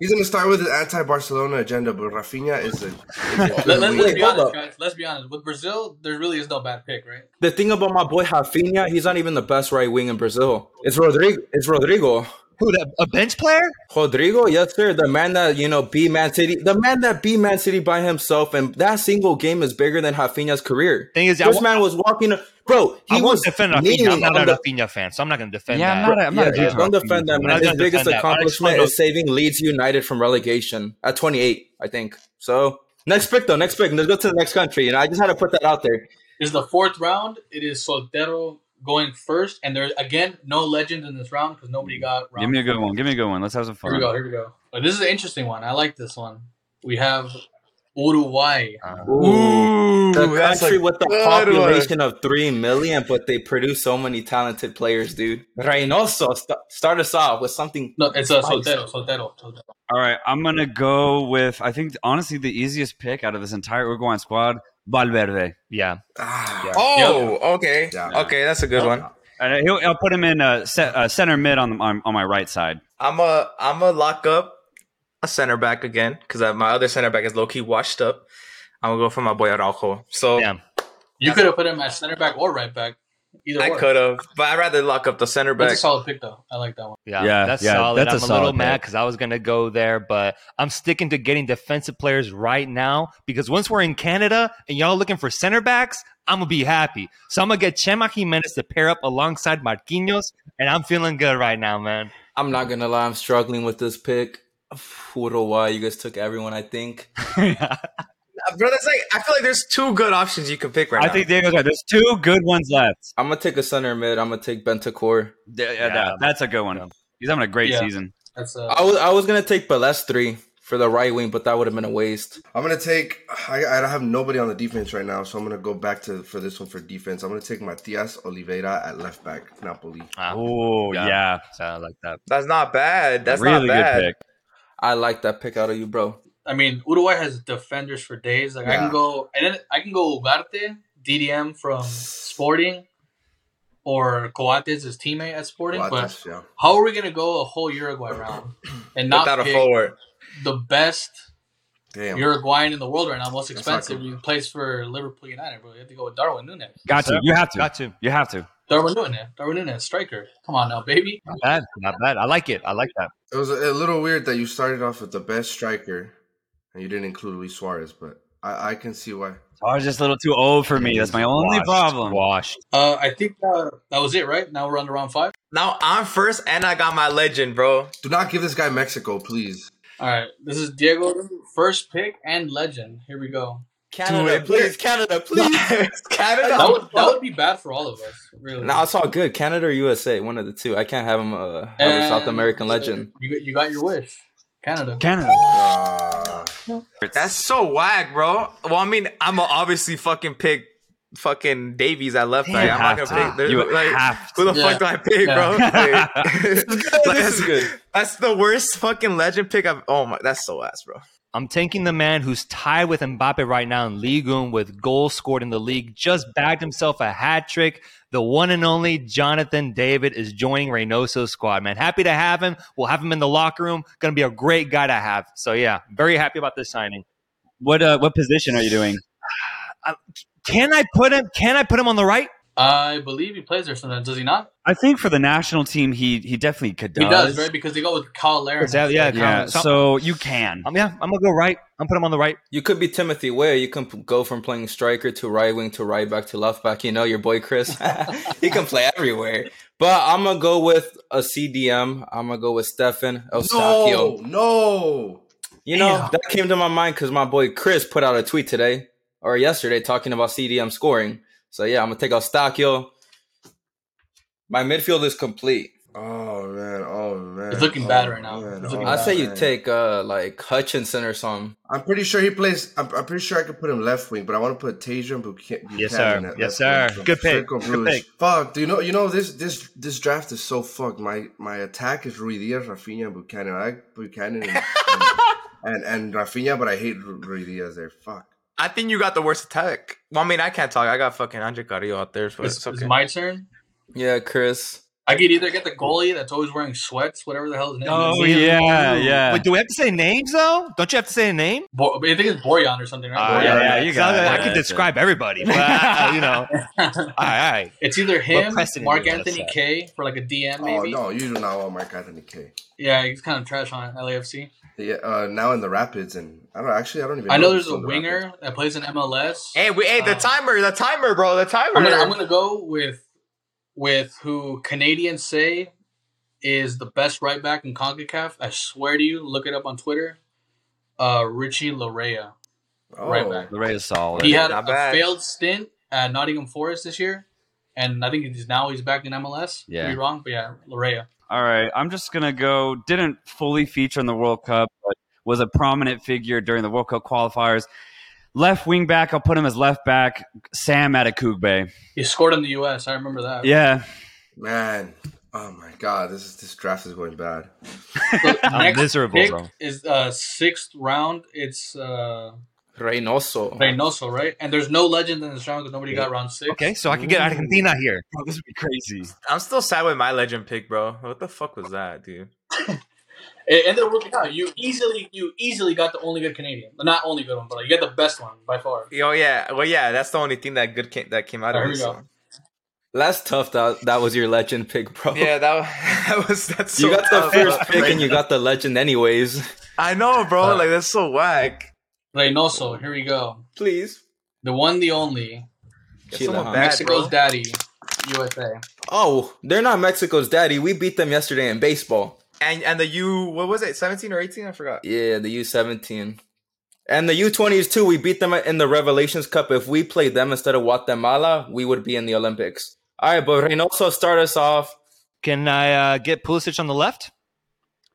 S2: He's gonna start with his anti-Barcelona agenda, but Rafinha is a. Is a good
S5: Let, let,
S2: wing.
S5: let's be
S7: hold
S5: honest,
S7: up.
S5: guys. Let's be honest. With Brazil, there really is no bad pick, right?
S7: The thing about my boy Rafinha, he's not even the best right wing in Brazil. It's Rodrigo. It's Rodrigo.
S3: Who that, a bench player?
S7: Rodrigo, yes sir, the man that you know beat Man City, the man that beat Man City by himself, and that single game is bigger than Rafinha's career.
S3: Thing is, I
S7: this
S3: wa-
S7: man was walking, bro. He
S3: I
S7: was
S3: won't defend Rafinha. I'm
S7: kneeling
S3: not
S7: on
S3: a
S7: the.
S3: Rafinha fan, so I'm not gonna defend
S4: Yeah,
S3: that.
S4: I'm not. A, I'm not a
S7: yeah,
S4: huge
S7: don't
S4: Rafinha
S7: defend that
S4: fan.
S7: man.
S3: not
S7: His
S3: gonna
S7: biggest
S3: defend that. I just
S7: accomplishment
S3: wanna-
S7: is saving Leeds United from relegation at 28, I think. So next pick though, next pick. Let's go to the next country. You know, I just had to put that out there.
S5: It's the fourth round. It is Soltero going first, and there's again no legends in this round because nobody got. Round
S4: Give me a good one. Give me a good one. Let's have some
S5: Here
S4: fun.
S5: we go. Here we go. But this is an interesting one. I like this one. We have Uruguay.
S4: Uh.
S6: Ooh,
S7: The
S6: that's
S7: country
S6: a
S7: with the
S6: good
S7: population of three million, but they produce so many talented players, dude. Reynoso, st- start us off with something.
S5: No, it's a
S7: Spice.
S5: Soltero. Soltero. Soltero.
S4: All right, I'm gonna go with. I think honestly the easiest pick out of this entire Uruguayan squad, Valverde.
S3: Yeah.
S2: Ah,
S3: Yeah.
S6: Oh, okay,
S2: Yeah.
S6: okay, that's a good one.
S4: And he'll, I'll put him in uh, ce- uh, center mid on, on on my right side.
S6: I'm a I'm a lock up a center back again because my other center back is low key washed up. I'm gonna go for my boy Araujo. So
S3: Yeah.
S5: You could have put him at center back or right back. Either
S6: I
S5: or.
S6: could have, but I'd rather lock up the center
S5: That's a
S6: back.
S5: solid pick, though. I like that one.
S3: Yeah,
S4: Yeah,
S3: that's
S4: yeah,
S3: solid.
S4: that's a
S3: I'm a, little
S4: solid
S3: mad
S4: pick.
S3: because I was gonna go there, but I'm sticking to getting defensive players right now because once we're in Canada and y'all looking for center backs, I'm gonna be happy. So I'm gonna get Chema Jimenez to pair up alongside Marquinhos, and I'm feeling good right now, man.
S7: I'm not gonna lie, I'm struggling with this pick. Uruguay. You guys took everyone, I think.
S6: Bro, that's like I feel like there's two good options you can pick right
S4: I
S6: now.
S4: think Diego's right. There's two good ones left.
S7: I'm gonna take a center mid. I'm gonna take Bentacore.
S4: Yeah, that- that's a good one. He's having a great
S5: Yeah.
S4: season.
S5: That's uh,
S7: I was I was gonna take Balestri for the right wing, but that would have been a waste.
S2: I'm gonna take. I, I don't have nobody on the defense right now, so I'm gonna go back to for this one for defense. I'm gonna take Matias Oliveira at left back, Napoli.
S3: Ah,
S4: Oh
S3: yeah.
S4: yeah,
S3: so I like that.
S6: that's not bad. That's
S4: really
S6: not bad.
S4: good pick.
S7: I like that pick out of you, bro.
S5: I mean, Uruguay has defenders for days. Like I
S2: Yeah.
S5: can go, and then I can go Ugarte, DDM from Sporting, or Coates, his teammate at Sporting. But
S2: Guatas, yeah.
S5: how are we gonna go a whole Uruguay round and not
S6: Without a
S5: pick
S6: forward.
S5: the best
S2: Damn.
S5: Uruguayan in the world right now, most
S2: not
S5: expensive?
S2: good.
S5: He plays for Liverpool United, bro. You have to go with Darwin Nunes.
S4: Got to. You have to.
S3: Got to.
S4: You have to.
S5: Darwin Nunes, Darwin Nunes, striker. Come on now, baby.
S3: Not bad. Not bad. I like it. I like that.
S2: It was a, a little weird that you started off with the best striker, and you didn't include Luis Suarez, but I, I can see why.
S4: Tar's just a little too old for me. That's my only
S3: Washed,
S4: problem.
S3: Washed.
S5: Uh, I think uh, that was it, right? Now we're on the round five.
S6: Now I'm first and I got my legend, bro.
S2: Do not give this guy Mexico, please.
S5: All right, this is Diego, first pick and legend. Here we go.
S7: Canada, please, Canada, please.
S5: That
S6: Canada.
S5: would, that would be bad for all of us, really.
S7: No, it's all good. Canada or USA, one of the two. I can't have him uh, have a South
S5: And
S7: American
S5: so
S7: legend.
S5: You, got- you got your wish. Canada.
S4: Canada.
S2: Uh,
S6: That's so whack, bro. Well, I mean, I'm gonna obviously fucking pick fucking Davies at left
S4: You
S6: back. I'm
S4: have
S6: not
S4: to.
S6: gonna pick. there's-
S4: You
S6: like,
S4: have
S6: who the
S5: Yeah.
S6: fuck do I pick,
S5: Yeah.
S6: bro? Like, like,
S7: This is good.
S6: That's the worst fucking legend pick I've. Oh my, that's so ass, bro.
S3: I'm taking the man who's tied with Mbappe right now in Ligue 1 with goals scored in the league. Just bagged himself a hat trick. The one and only Jonathan David is joining Reynoso's squad, man. Happy to have him. We'll have him in the locker room. Going to be a great guy to have. So, yeah, very happy about this signing.
S4: What uh, what position are you doing?
S3: Can I put him? Can I put him on the right?
S5: I believe he plays there sometimes. Does he not?
S4: I think for the national team, he he definitely could.
S5: He does, right? Because they go with Kyle Laren.
S3: Yeah, yeah.
S4: Yeah.
S3: So,
S4: So you can.
S3: um, yeah, I'm gonna go right. I'm put him on the right.
S7: You could be Timothy Ware. You can p- go from playing striker to right wing to right back to left back. You know your boy Chris. he can play everywhere. But I'm gonna go with a CDM. I'm gonna go with Stefan
S2: no,
S7: Eustachio.
S2: no.
S7: You know that came to my mind because my boy Chris put out a tweet today or yesterday talking about CDM scoring. So yeah, I'm gonna take Eustachio. My midfield is complete.
S2: Oh man, oh man.
S5: It's looking
S2: Oh,
S5: bad right now. It's looking
S7: I say you
S2: man.
S7: take uh like Hutchinson or something.
S2: I'm pretty sure he plays. I'm, I'm pretty sure I could put him left wing, but I want to put Tasia and Buchan- Buchanan.
S3: Yes, sir.
S2: at
S3: Yes,
S2: left
S3: sir.
S2: wing.
S3: Good pick.
S2: Circle
S3: Good
S2: Bruges.
S3: pick.
S2: Fuck, do you know? You know this this this draft is so fucked. My my attack is Rui Diaz, Rafinha, and Buchanan. I like Buchanan and, and, and Rafinha, but I hate Ru- Rui Diaz. There, fuck.
S6: I think you got the worst attack. Well, I mean, I can't talk. I got fucking Andre Carrillo out there, but
S5: It's,
S6: it's,
S5: it's
S6: okay.
S5: my turn.
S7: Yeah, Chris.
S5: I could either get the goalie that's always wearing sweats, whatever the hell his name
S4: Oh
S5: is.
S4: yeah, yeah.
S3: Wait, do we have to say names though? Don't you have to say a name?
S5: Bo- I think it's Borjan or something,
S3: Uh,
S5: right?
S4: yeah, yeah, you got
S3: So
S4: it.
S3: I
S4: Yeah,
S3: could
S4: that's
S3: describe everybody, but uh, you know, all right,
S5: Borjan.
S3: all right.
S5: it's either him,
S3: precedent
S5: Mark
S3: do you wanna
S5: Anthony
S3: set?
S5: K for like a DM,
S2: Oh
S5: maybe.
S2: no, you do not want Mark Anthony K.
S5: Yeah, he's kind of trash on LAFC.
S2: Yeah, uh, now in the Rapids, and I don't actually. I don't even.
S5: I know
S2: if he's
S5: there's a
S2: still in the Rapids.
S5: winger that plays in MLS.
S6: Hey, we, hey, the
S7: Oh.
S5: Uh,
S6: timer, the timer, bro, the timer.
S5: I'm gonna, I'm gonna go with with who Canadians say is the best right back in CONCACAF. I swear to you, look it up on Twitter. Uh, Richie Larea. right
S2: Oh,
S5: back.
S4: The Ray is solid.
S5: He had
S6: Not
S5: a
S6: bad.
S5: failed stint at Nottingham Forest this year, and I think he's now he's back in MLS.
S4: Yeah.
S5: Could be wrong, but yeah, Larea.
S4: All right, I'm just gonna go. Didn't fully feature in the World Cup, but was a prominent figure during the World Cup qualifiers. Left wing back, I'll put him as left back. Sam Atakugbe.
S5: He scored in the U.S. I remember that.
S4: Yeah,
S2: man. Oh my god, this is this draft is going bad.
S5: So
S3: I'm
S5: next
S3: miserable,
S5: pick
S3: bro.
S5: is uh sixth round. It's uh
S7: Reynoso.
S5: Reynoso, right? And there's no legend in this round because nobody got round six.
S3: Okay, so I could get Argentina here. Bro, this would be crazy.
S6: I'm still sad with my legend pick, bro. What the fuck was that, dude?
S5: It ended up working out. You easily, you easily got the only good Canadian, But not only good one, but like, you got the best one by far.
S6: Oh yeah, well yeah, that's the only thing that good came, that came out
S5: Oh,
S6: of
S5: here we
S6: this.
S5: go.
S6: one.
S7: That's tough. That that was your legend pick, bro.
S6: Yeah, that, wa- that was that's. So
S7: you got the
S6: tough,
S7: first
S6: bro.
S7: pick and you got the legend, anyways.
S6: I know, bro. Like that's so whack.
S5: Reynoso, here we go.
S7: Please.
S5: The one, the only
S6: Get
S7: Chile,
S6: someone
S7: huh?
S6: back,
S5: Mexico's
S6: bro.
S5: daddy, USA.
S7: Oh, they're not Mexico's daddy. We beat them yesterday in baseball.
S6: and and the U what was it seventeen or eighteen I forgot
S7: Yeah, the U seventeen. And the U twenties too. We beat them in the Revelations Cup. If we played them instead of Guatemala, we would be in the Olympics. All right, but Reynoso start us off.
S3: Can I uh, get Pulisic on the left?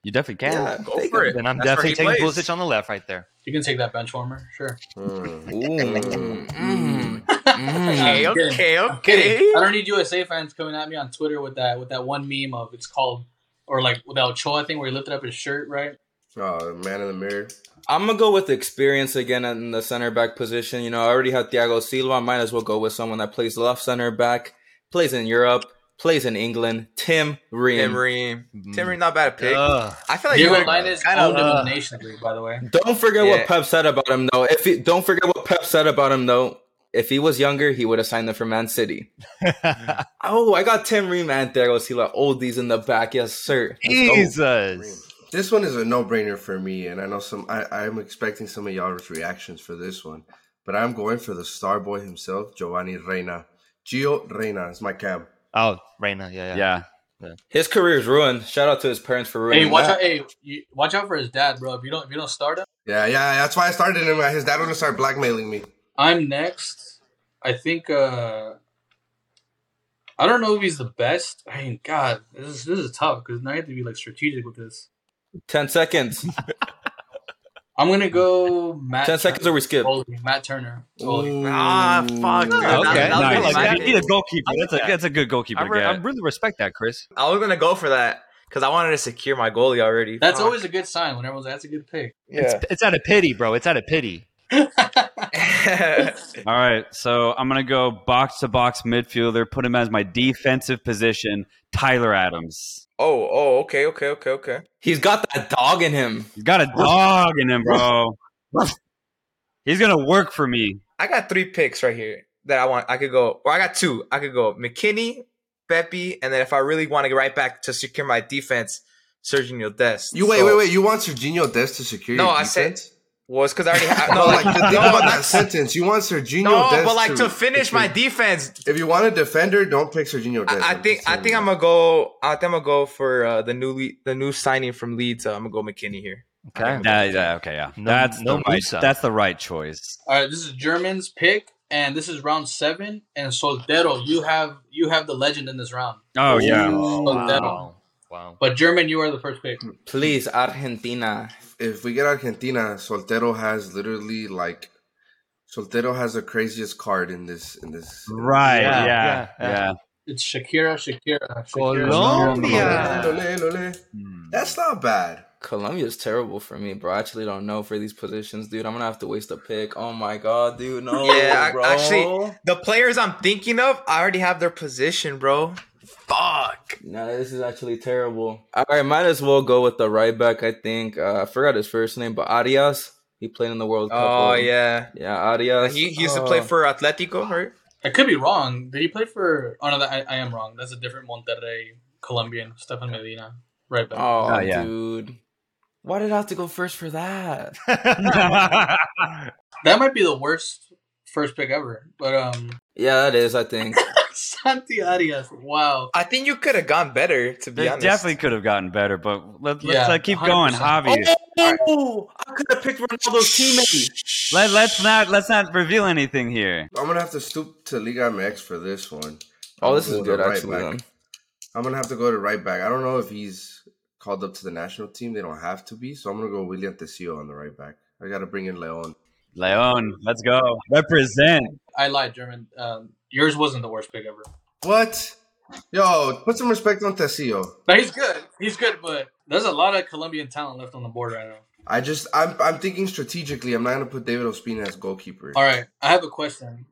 S3: You definitely can.
S7: Yeah,
S6: go
S7: take
S6: for it
S3: Then I'm
S6: That's where
S3: definitely
S6: he
S3: taking
S6: plays.
S3: Pulisic on the left right there.
S5: You can take that bench warmer, sure.
S2: Mm.
S7: Ooh, mm, mm.
S6: okay
S5: I'm kidding.
S6: okay
S5: Kidding.
S6: okay
S5: I don't need USA fans coming at me on Twitter with that with that one meme of it's called or like with that Ochoa thing where he lifted up his shirt, right?
S2: Oh, man in the mirror.
S7: I'm gonna go with experience again in the center back position. You know, I already have Thiago Silva. I might as well go with someone that plays left center back, plays in Europe, plays in England. Tim Ream.
S6: Tim Ream
S3: Mm. Hmm.
S6: Tim Ream not bad at pick
S3: Ugh.
S6: I feel like you
S5: Diego
S6: were
S5: Linus
S6: kind
S5: owned
S6: of
S5: him
S6: uh,
S5: in the Nation League, by the way.
S7: Don't forget
S6: Yeah.
S7: what Pep said about him, though. If he, don't forget what Pep said about him, though. If he was younger, he would have signed them for Man City. oh, I got Tim Ream and Thiago Silva. Oldies in the back, yes, sir. Let's go.
S3: Jesus.
S2: This one is a no-brainer for me, and I know some. I, I'm expecting some of y'all's reactions for this one, but I'm going for the star boy himself, Giovanni Reyna. Gio Reyna is my cab.
S3: Oh, Reina. Yeah, yeah.
S4: Yeah.
S7: His career is ruined. Shout out to his parents for ruining
S5: Hey, watch
S7: that.
S5: out! Hey, you, watch out for his dad, bro. If you don't, if you don't start him,
S2: Yeah, yeah. That's why I started him. His dad wanted to start blackmailing me.
S5: I'm next. I think. uh I don't know if he's the best. I mean, God, this is this is tough because now you have to be like strategic with this.
S7: Ten seconds.
S5: I'm gonna go Matt.
S7: Ten seconds, or we skip.
S5: Goalie, Matt Turner. Goalie.
S6: Ah, fuck.
S3: Oh,
S6: That-
S3: okay.
S6: that was
S3: Nice.
S6: gonna be
S3: I
S6: my
S3: like
S6: pick.
S3: that.
S4: You need a goalkeeper.
S3: I like
S4: That's a,
S3: that.
S4: that's a good goalkeeper.
S3: I,
S4: to
S3: re- I
S4: get.
S3: really respect that, Chris.
S6: I was gonna go for that because I wanted to secure my goalie already Uh,
S5: That's
S6: Fuck.
S5: always a good sign when everyone's like, that's a good pick.
S6: yeah
S3: It's out of pity, bro. It's out of pity.
S4: All right, so I'm gonna go box to box midfielder. Put him as my defensive position. Tyler Adams.
S6: oh oh okay okay okay okay
S7: He's got that dog in him.
S4: He's got a dog in him, bro. He's gonna work for me.
S6: I got three picks right here that I want. I could go, or I got two. I could go McKinney, Pepe, and then if I really want to get right back to secure my defense, Sergio Dest.
S2: You wait,
S6: So-
S2: wait, wait. You want Serginho Des to secure?
S6: No,
S2: your
S6: I said-
S2: defense?
S6: Well, it's because I already had.
S3: Oh
S2: No, like, to think
S6: no,
S2: about
S6: not-
S2: that sentence. You want Serginho
S6: no,
S2: Des
S6: but like
S2: to,
S6: to finish my
S2: secure-
S6: defense,
S2: If you want a defender, don't pick Serginho Des.
S6: I, I think I think I'm gonna go. I think I'm gonna go for uh, the new le- the new signing from Leeds. Uh, I'm gonna go McKinney here.
S3: Okay.
S4: That- yeah, uh, okay, yeah.
S3: No-
S4: that's
S3: no
S4: the right,
S3: Musa.
S4: that's the right choice.
S5: All right, this is German's pick, and this is round seven. And Soltero, you have you have the legend in this round.
S4: Oh yeah.
S3: wow. Wow.
S5: But German, you are the first pick.
S7: Please, Argentina.
S2: if we get Argentina, Soltero has literally like Soltero has the craziest card in this in this.
S4: Right.
S3: Yeah,
S4: Yeah.
S3: yeah,
S4: Yeah.
S3: yeah.
S5: It's Shakira, Shakira, Shakira.
S3: Colombia.
S2: Lole, lole. That's not bad.
S7: Colombia's terrible for me, bro. I actually don't know for these positions, dude. I'm gonna have to waste a pick. Oh my god, dude. No,
S6: Yeah, I-
S7: bro.
S6: actually- The players I'm thinking of, I already have their position, bro. Fuck.
S7: No, this is actually terrible. All right, might as well go with the right back. I think uh, I forgot his first name, but Arias. He played in the World Cup.
S6: Oh
S7: um,
S6: yeah.
S7: yeah, Arias.
S6: He, he used to
S7: Oh.
S3: Uh,
S6: play for Atletico, right?
S5: I could be wrong. Did he play for? Oh no, that, I, I am wrong. That's a different Monterrey Colombian, Stefan Medina, right back.
S7: Oh,
S4: Oh, yeah.
S7: dude. Why did I have to go first for that?
S5: That might be the worst first pick ever. But um,
S7: yeah, that is. I think.
S5: Santi Arias, wow.
S6: I think you could have gone better, to be
S4: They
S6: honest.
S4: definitely could have gotten better, but let, let's
S5: Yeah,
S4: uh, keep going.
S5: 100%.
S4: Javi,
S7: oh, I could have picked Ronaldo's teammate.
S4: let, let's not let's not reveal anything here.
S2: I'm gonna have to stoop to Liga MX for this one.
S7: Oh, this is
S2: Go to
S7: good
S2: right back.
S7: actually. then.
S2: I'm gonna have to go to right back. I don't know if he's called up to the national team. They don't have to be, so I'm gonna go William Tecillo on the right back. I gotta bring in Leon.
S4: Leon, let's go. Represent.
S5: I lied, German. Um, yours wasn't the worst pick ever.
S2: What? Yo, put some respect on Tecillo.
S5: No, he's good. He's good, but there's a lot of Colombian talent left on the board right now.
S2: I just I'm I'm thinking strategically. I'm not gonna put David Ospina as goalkeeper.
S5: All right, I have a question.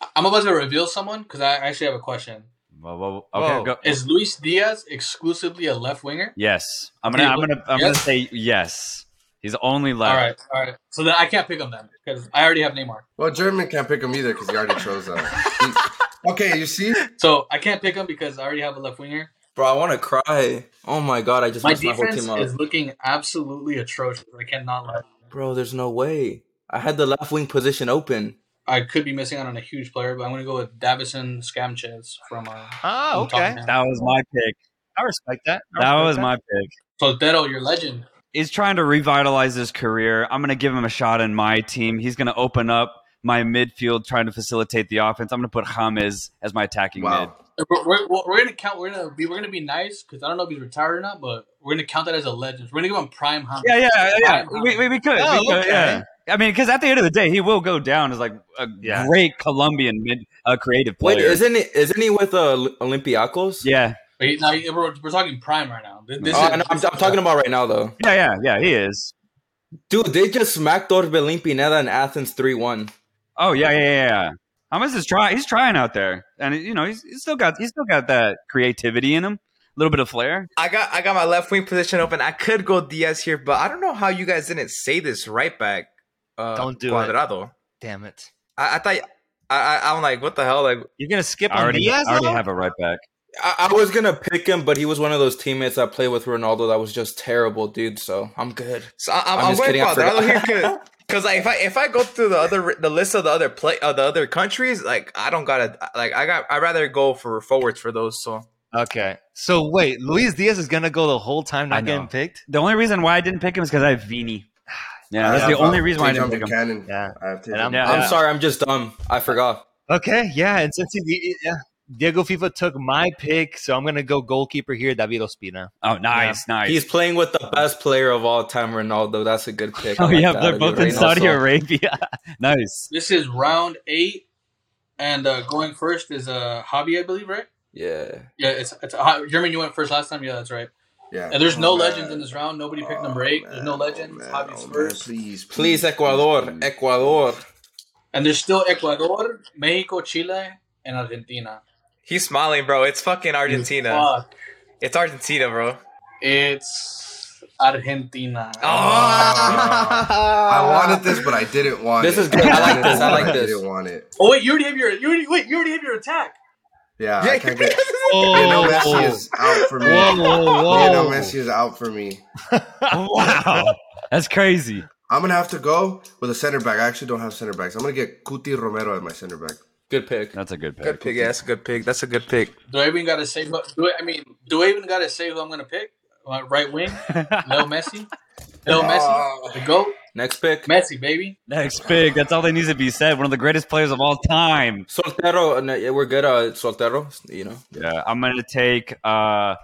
S5: I- I'm about to reveal someone because I actually have a question.
S4: Whoa, whoa, whoa. Okay,
S6: Whoa.
S4: go.
S5: Is Luis Diaz exclusively a left winger?
S4: Yes, I'm gonna. I'm gonna. I'm gonna
S5: Yes.
S4: say yes. He's only left.
S5: All right, all right. So then I can't pick him then because I already have Neymar.
S2: Well, German can't pick him either because he already chose that. okay, you see,
S5: So I can't pick him because I already have a left winger.
S7: Bro, I want to cry. Oh my god, I just
S5: My
S7: messed my whole
S5: defense
S7: team up.
S5: is looking absolutely atrocious. I cannot lie.
S7: Bro, there's no way. I had the left wing position open.
S5: I could be missing out on a huge player, but I'm going to go with Davison Scamches from. Uh,
S3: Oh,
S5: from
S3: okay.
S5: Tottenham.
S4: That was my pick.
S3: I respect that. I
S4: That
S3: respect
S4: was my pick.
S5: Soltero, your legend.
S4: Is trying to revitalize his career. I'm going to give him a shot in my team. He's going to open up my midfield, trying to facilitate the offense. I'm going to put James as my attacking mid.
S2: Wow.
S5: We're, we're, we're gonna count. We're gonna be. We're gonna be nice because I don't know if he's retired or not, but we're gonna count that as a legend. We're gonna give him prime James.
S4: Yeah, yeah, yeah.
S5: Prime
S4: We,
S5: James.
S4: we, we could.
S3: Oh,
S4: we could,
S3: okay.
S4: Yeah. I mean, because at the end of the day, he will go down as like a
S3: Yeah.
S4: great Colombian mid, uh, creative player.
S7: Wait, isn't it? Isn't he with uh, Olympiacos?
S4: yeah,
S5: But he- now he- we're, we're talking prime right now. This, this
S7: Oh,
S5: is,
S7: no, I'm, I'm talking about right now though.
S4: yeah, yeah, yeah. He is.
S7: Dude, they just smacked Orbelin Pineda in Athens three one.
S4: Oh yeah, yeah, yeah, yeah. Hamas is trying. He's trying out there, and you know he's, he's still got he's still got that creativity in him, a little bit of flair.
S6: I got I got my left wing position open. I could go Diaz here, but I don't know how you guys didn't say this right back. Uh,
S3: Don't do it.
S6: Cuadrado.
S3: Damn it.
S6: I, I thought I, I I'm like, what the hell? Like,
S3: You're going to skip
S4: I
S3: on
S4: already,
S3: Diaz?
S4: I already
S3: though?
S4: have a right back.
S7: I, I was gonna pick him, but he was one of those teammates I played with Ronaldo that was just terrible, dude. So I'm good.
S6: so I, I'm,
S7: I'm
S6: I'm,
S7: just
S6: going
S7: kidding, I
S6: Cuadrado here
S7: forgot.
S6: because because like if I if I go through the other the list of the other play of the other countries, like I don't gotta like I got I rather go for forwards for those. So
S3: Okay. So wait, Luis Diaz is going to go the whole time
S4: I
S3: not
S4: know.
S3: getting picked?
S4: The only reason why I didn't pick him is because I have Vini. Yeah, that's
S2: I
S4: the
S2: have, uh,
S4: only reason why I
S2: Tejan
S4: didn't pick him.
S2: Buchanan.
S3: Yeah.
S2: I have Tejan
S3: And I'm-
S4: Yeah.
S7: I'm sorry, I'm just dumb. I forgot.
S3: Okay, yeah, and since he, yeah, Diego FIFA took my pick, so I'm gonna go goalkeeper here, David Ospina.
S4: Oh, nice, nice.
S7: He's playing with the best player of all time, Ronaldo. That's a good pick. I
S4: oh
S7: like
S4: yeah,
S7: that.
S4: they're
S7: Dude,
S4: both in
S7: Reynoso.
S4: Saudi Arabia. nice.
S5: this is round eight, and uh, going first is uh, Hobby, I believe, right?
S7: Yeah.
S5: Yeah, it's it's uh, German. You went first last time. Yeah, that's right.
S2: Yeah.
S5: And there's no
S2: Oh, man.
S5: legends in this round. Nobody picked number
S2: Oh,
S5: eight.
S2: man.
S5: There's no
S2: Oh,
S5: legends.
S2: man.
S5: Hobby
S2: Oh, man.
S5: first.
S2: Please,
S7: Please, Ecuador,
S2: please.
S7: Ecuador.
S5: And there's still Ecuador, Mexico, Chile, and Argentina.
S6: he's smiling, bro. It's fucking Argentina.
S5: Fuck.
S6: It's Argentina, bro. Oh.
S5: It's Argentina.
S2: I wanted this, but I didn't want
S7: This
S2: it.
S7: is good. I like
S2: didn't
S7: this. I
S2: want it.
S7: like this.
S2: didn't want it.
S5: Oh wait, you already have your you already wait, you already have your attack.
S2: Yeah, I
S6: Yeah,
S2: can't get.
S3: Oh,
S2: Lionel Messi is out for me.
S3: whoa, whoa,
S2: Lionel
S3: whoa.
S2: Messi is out for me.
S4: wow, that's crazy.
S2: I'm gonna have to go with a center back. I actually don't have center backs. I'm gonna get Cuti Romero at my center back.
S7: Good pick.
S4: That's a good pick.
S6: good pick. Yeah, that's a good pick. That's a good pick.
S5: Do I even gotta say who, do I, I mean do I even gotta say who I'm gonna pick? My right wing? Lil Messi? Lil
S2: Oh.
S5: Messi? The GOAT?
S7: Next pick.
S5: Messi, baby.
S4: Next pick. That's all that needs to be said. One of the greatest players of all time.
S7: Soltero. uh, no, yeah, We're good. Uh, Soltero. You know.
S4: Yeah, I'm going to take uh,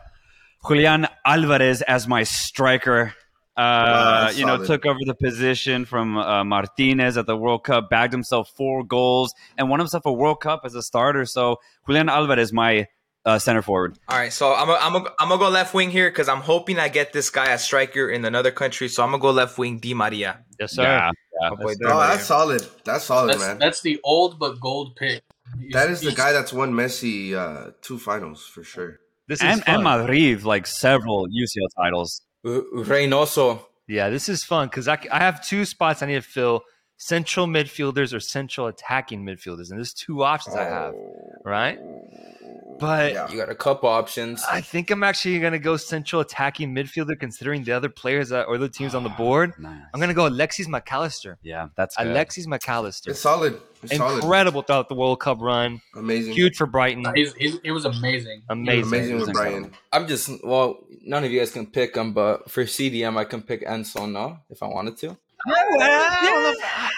S4: Julian Alvarez as my striker. Uh,
S2: that's
S4: you know,
S2: solid.
S4: took over the position from uh, Martinez at the World Cup, bagged himself four goals, and won himself a World Cup as a starter. So Julian Alvarez, my uh, center forward.
S6: All right, so I'm a, I'm a, I'm gonna go left wing here because I'm hoping I get this guy as striker in another country. So I'm gonna go left wing Di Maria.
S3: Yes, sir.
S4: Yeah.
S6: My boy, Di
S2: Oh,
S6: Maria.
S2: that's solid. That's solid,
S5: That's
S2: Oh, man.
S5: that's the old but gold pick.
S2: that is the guy that's won Messi uh, two finals for sure.
S3: This is
S4: And,
S3: fun.
S4: and Madrid, like several UCL titles.
S7: Re- Reynoso.
S3: yeah, this is fun because I, c- I have two spots I need to fill: central midfielders or central attacking midfielders, and there's two options I have, right? But
S2: Yeah.
S7: You got a couple options.
S3: I think I'm actually gonna go central attacking midfielder, considering the other players that, or the teams on the board.
S4: Nice.
S3: I'm gonna go Alexis McAllister.
S4: Yeah, that's good.
S3: Alexis McAllister.
S2: It's solid. It's solid.
S3: incredible throughout the World Cup run.
S2: Amazing.
S3: Huge for Brighton.
S5: He's, he's, he was amazing.
S3: Amazing.
S2: Amazing with
S4: Amazing.
S2: Brian.
S7: I'm just well. None of you guys can pick him, but for CDM, I can pick Enzo now if I wanted to.
S3: I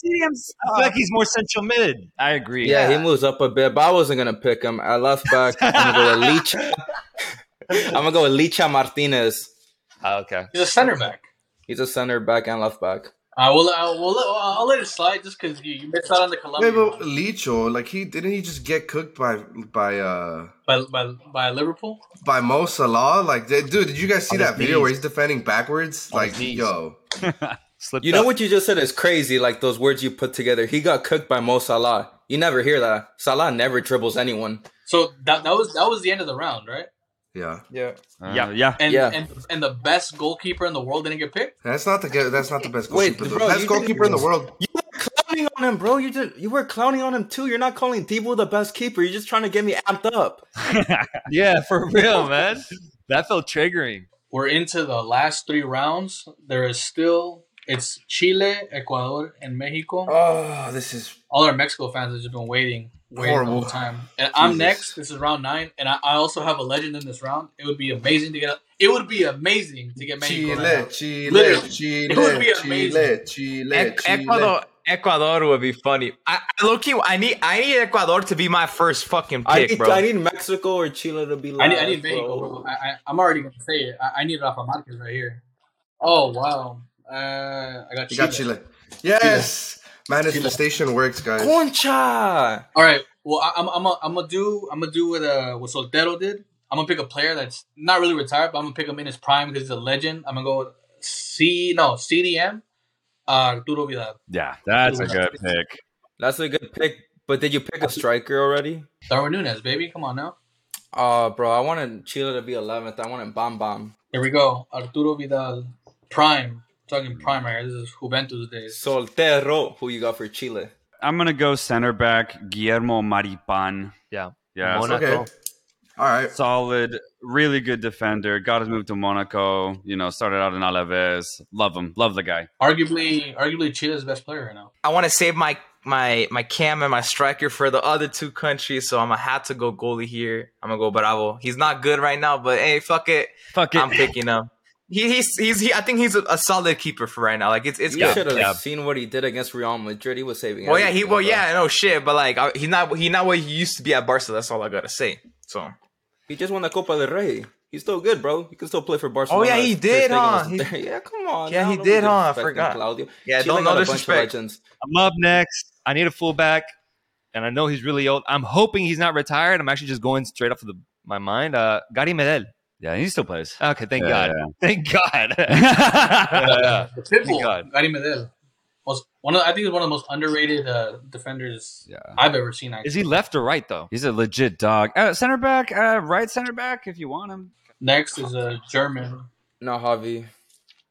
S3: feel like he's more central mid. I agree.
S7: Yeah, he moves up a bit, but I wasn't gonna pick him. I left back. I'm gonna go with Licha. I'm gonna go with Licha Martinez.
S3: Oh, okay.
S5: He's a center back.
S7: He's a center back and left back.
S5: I will. I will. I'll let it slide just because you, you missed out on the
S2: Wait,
S5: Colombia
S2: but Licho, like he didn't he just get cooked by by uh
S5: by, by by Liverpool.
S2: by Mo Salah? Like, did, dude, did you guys see
S3: On
S2: that
S3: his
S2: video
S3: knees.
S2: where he's defending backwards?
S3: On his
S2: like,
S3: knees.
S2: yo,
S3: Slipped
S7: You know
S3: up.
S7: what you just said is crazy. Like those words you put together. He got cooked by Mo Salah. You never hear that. Salah never dribbles anyone.
S5: So that that was that was the end of the round, right?
S2: yeah,
S6: Yeah.
S4: Uh,
S3: Yeah.
S4: yeah.
S5: And
S7: Yeah.
S5: and and the best goalkeeper in the world didn't get picked.
S2: that's not the ge- that's not the best
S7: Wait,
S2: goalkeeper. the
S7: bro,
S2: best
S7: you didn't-
S2: goalkeeper in the world.
S7: Clowning on him, bro. You just you were clowning on him too. You're not calling Debo the best keeper. You're just trying to get me amped up.
S3: yeah, for real, man. That felt triggering.
S5: We're into the last three rounds. There is still It's Chile, Ecuador, and Mexico.
S2: Oh, this is
S5: All our Mexico fans have just been waiting, waiting
S2: Horrible.
S5: all the time. And I'm
S2: Jesus.
S5: next. This is round nine, and I, I also have a legend in this round. It would be amazing to get. It would be amazing to get Mexico.
S2: Chile,
S5: right now.
S2: Chile,
S5: Literally.
S2: Chile,
S5: It would be
S2: Chile,
S5: amazing.
S2: Chile,
S6: E-
S2: Chile.
S6: Ecuador, Ecuador would be funny. I, I low key, I need, I need Ecuador to be my first fucking
S7: I
S6: pick,
S7: need,
S6: bro.
S7: I need Mexico or Chile to be
S5: I
S7: last.
S5: need, I need Mexico. bro. I, I, I'm already gonna say it. I, I need Rafa Marquez right here. Oh wow! Uh, I got
S2: You
S5: Chile.
S2: got Chile. Yes, manifestation works, guys.
S7: Concha.
S5: All right. Well, I, I'm I'm a, I'm gonna do I'm gonna do what uh what Soltero did. I'm gonna pick a player that's not really retired, but I'm gonna pick him in his prime because he's a legend. I'm gonna go with C no CDM uh, Arturo Vidal.
S4: Yeah, that's a good pick.
S7: That's a good pick. But did you pick a striker already?
S5: Darwin Nunes, baby, come on now.
S7: Uh, bro, I wanted Chile to be 11th. I wanted Bam Bam.
S5: Here we go, Arturo Vidal, prime. Talking prime right here. This is Juventus days.
S7: Soltero. Who you got for Chile?
S4: I'm gonna go center back Guillermo Maripan.
S3: Yeah.
S4: yeah,
S3: Monaco.
S2: Okay. All right.
S4: solid, really good defender. Got his move to Monaco. You know, started out in Alaves. Love him. Love the guy.
S5: Arguably, arguably Chile's best player right now.
S6: I want to save my my my cam and my striker for the other two countries, so I'm gonna have to go goalie here. I'm gonna go Bravo. He's not good right now, but hey, fuck it,
S4: Fuck it.
S6: I'm picking him. He, he's he's he, I think he's a, a solid keeper for right now. Like it's it's
S7: You
S6: good.
S7: should have
S4: yeah.
S7: seen what he did against Real Madrid. He was saving.
S6: Well, Oh, yeah, he
S7: everything,
S6: well
S7: bro.
S6: yeah, no shit, but like I, he's not he not what he used to be at Barca. That's all I gotta say. So
S7: He just won the Copa del Rey. He's still good, bro. He can still play for Barcelona.
S6: Oh, yeah, he
S7: Ter
S6: did,
S7: Stegen
S6: huh?
S7: was
S6: He-
S7: there. yeah, come on.
S6: Yeah,
S7: now.
S6: he
S7: Don't
S6: did,
S7: be
S6: huh? I
S7: disrespecting
S6: forgot.
S7: Claudio.
S6: yeah,
S7: Chile
S6: don't
S7: got
S6: know
S7: a bunch of
S6: disrespect.
S7: legends.
S3: I'm up next. I need a fullback, and I know he's really old. I'm hoping he's not retired. I'm actually just going straight off of the, my mind. Uh, Gary Medel.
S4: yeah, he still plays.
S3: Okay, thank
S4: Yeah,
S3: God.
S4: yeah.
S3: Thank God. Yeah, yeah.
S5: The pitbull,
S3: God.
S5: Gary Medel. Was one of, I think he's one of the most underrated uh, defenders
S4: Yeah.
S5: I've ever seen. Actually.
S3: Is he left or right though?
S4: He's a legit dog. Uh, center back, uh, right center back, if you want him.
S5: Next is a German.
S7: No, Javi.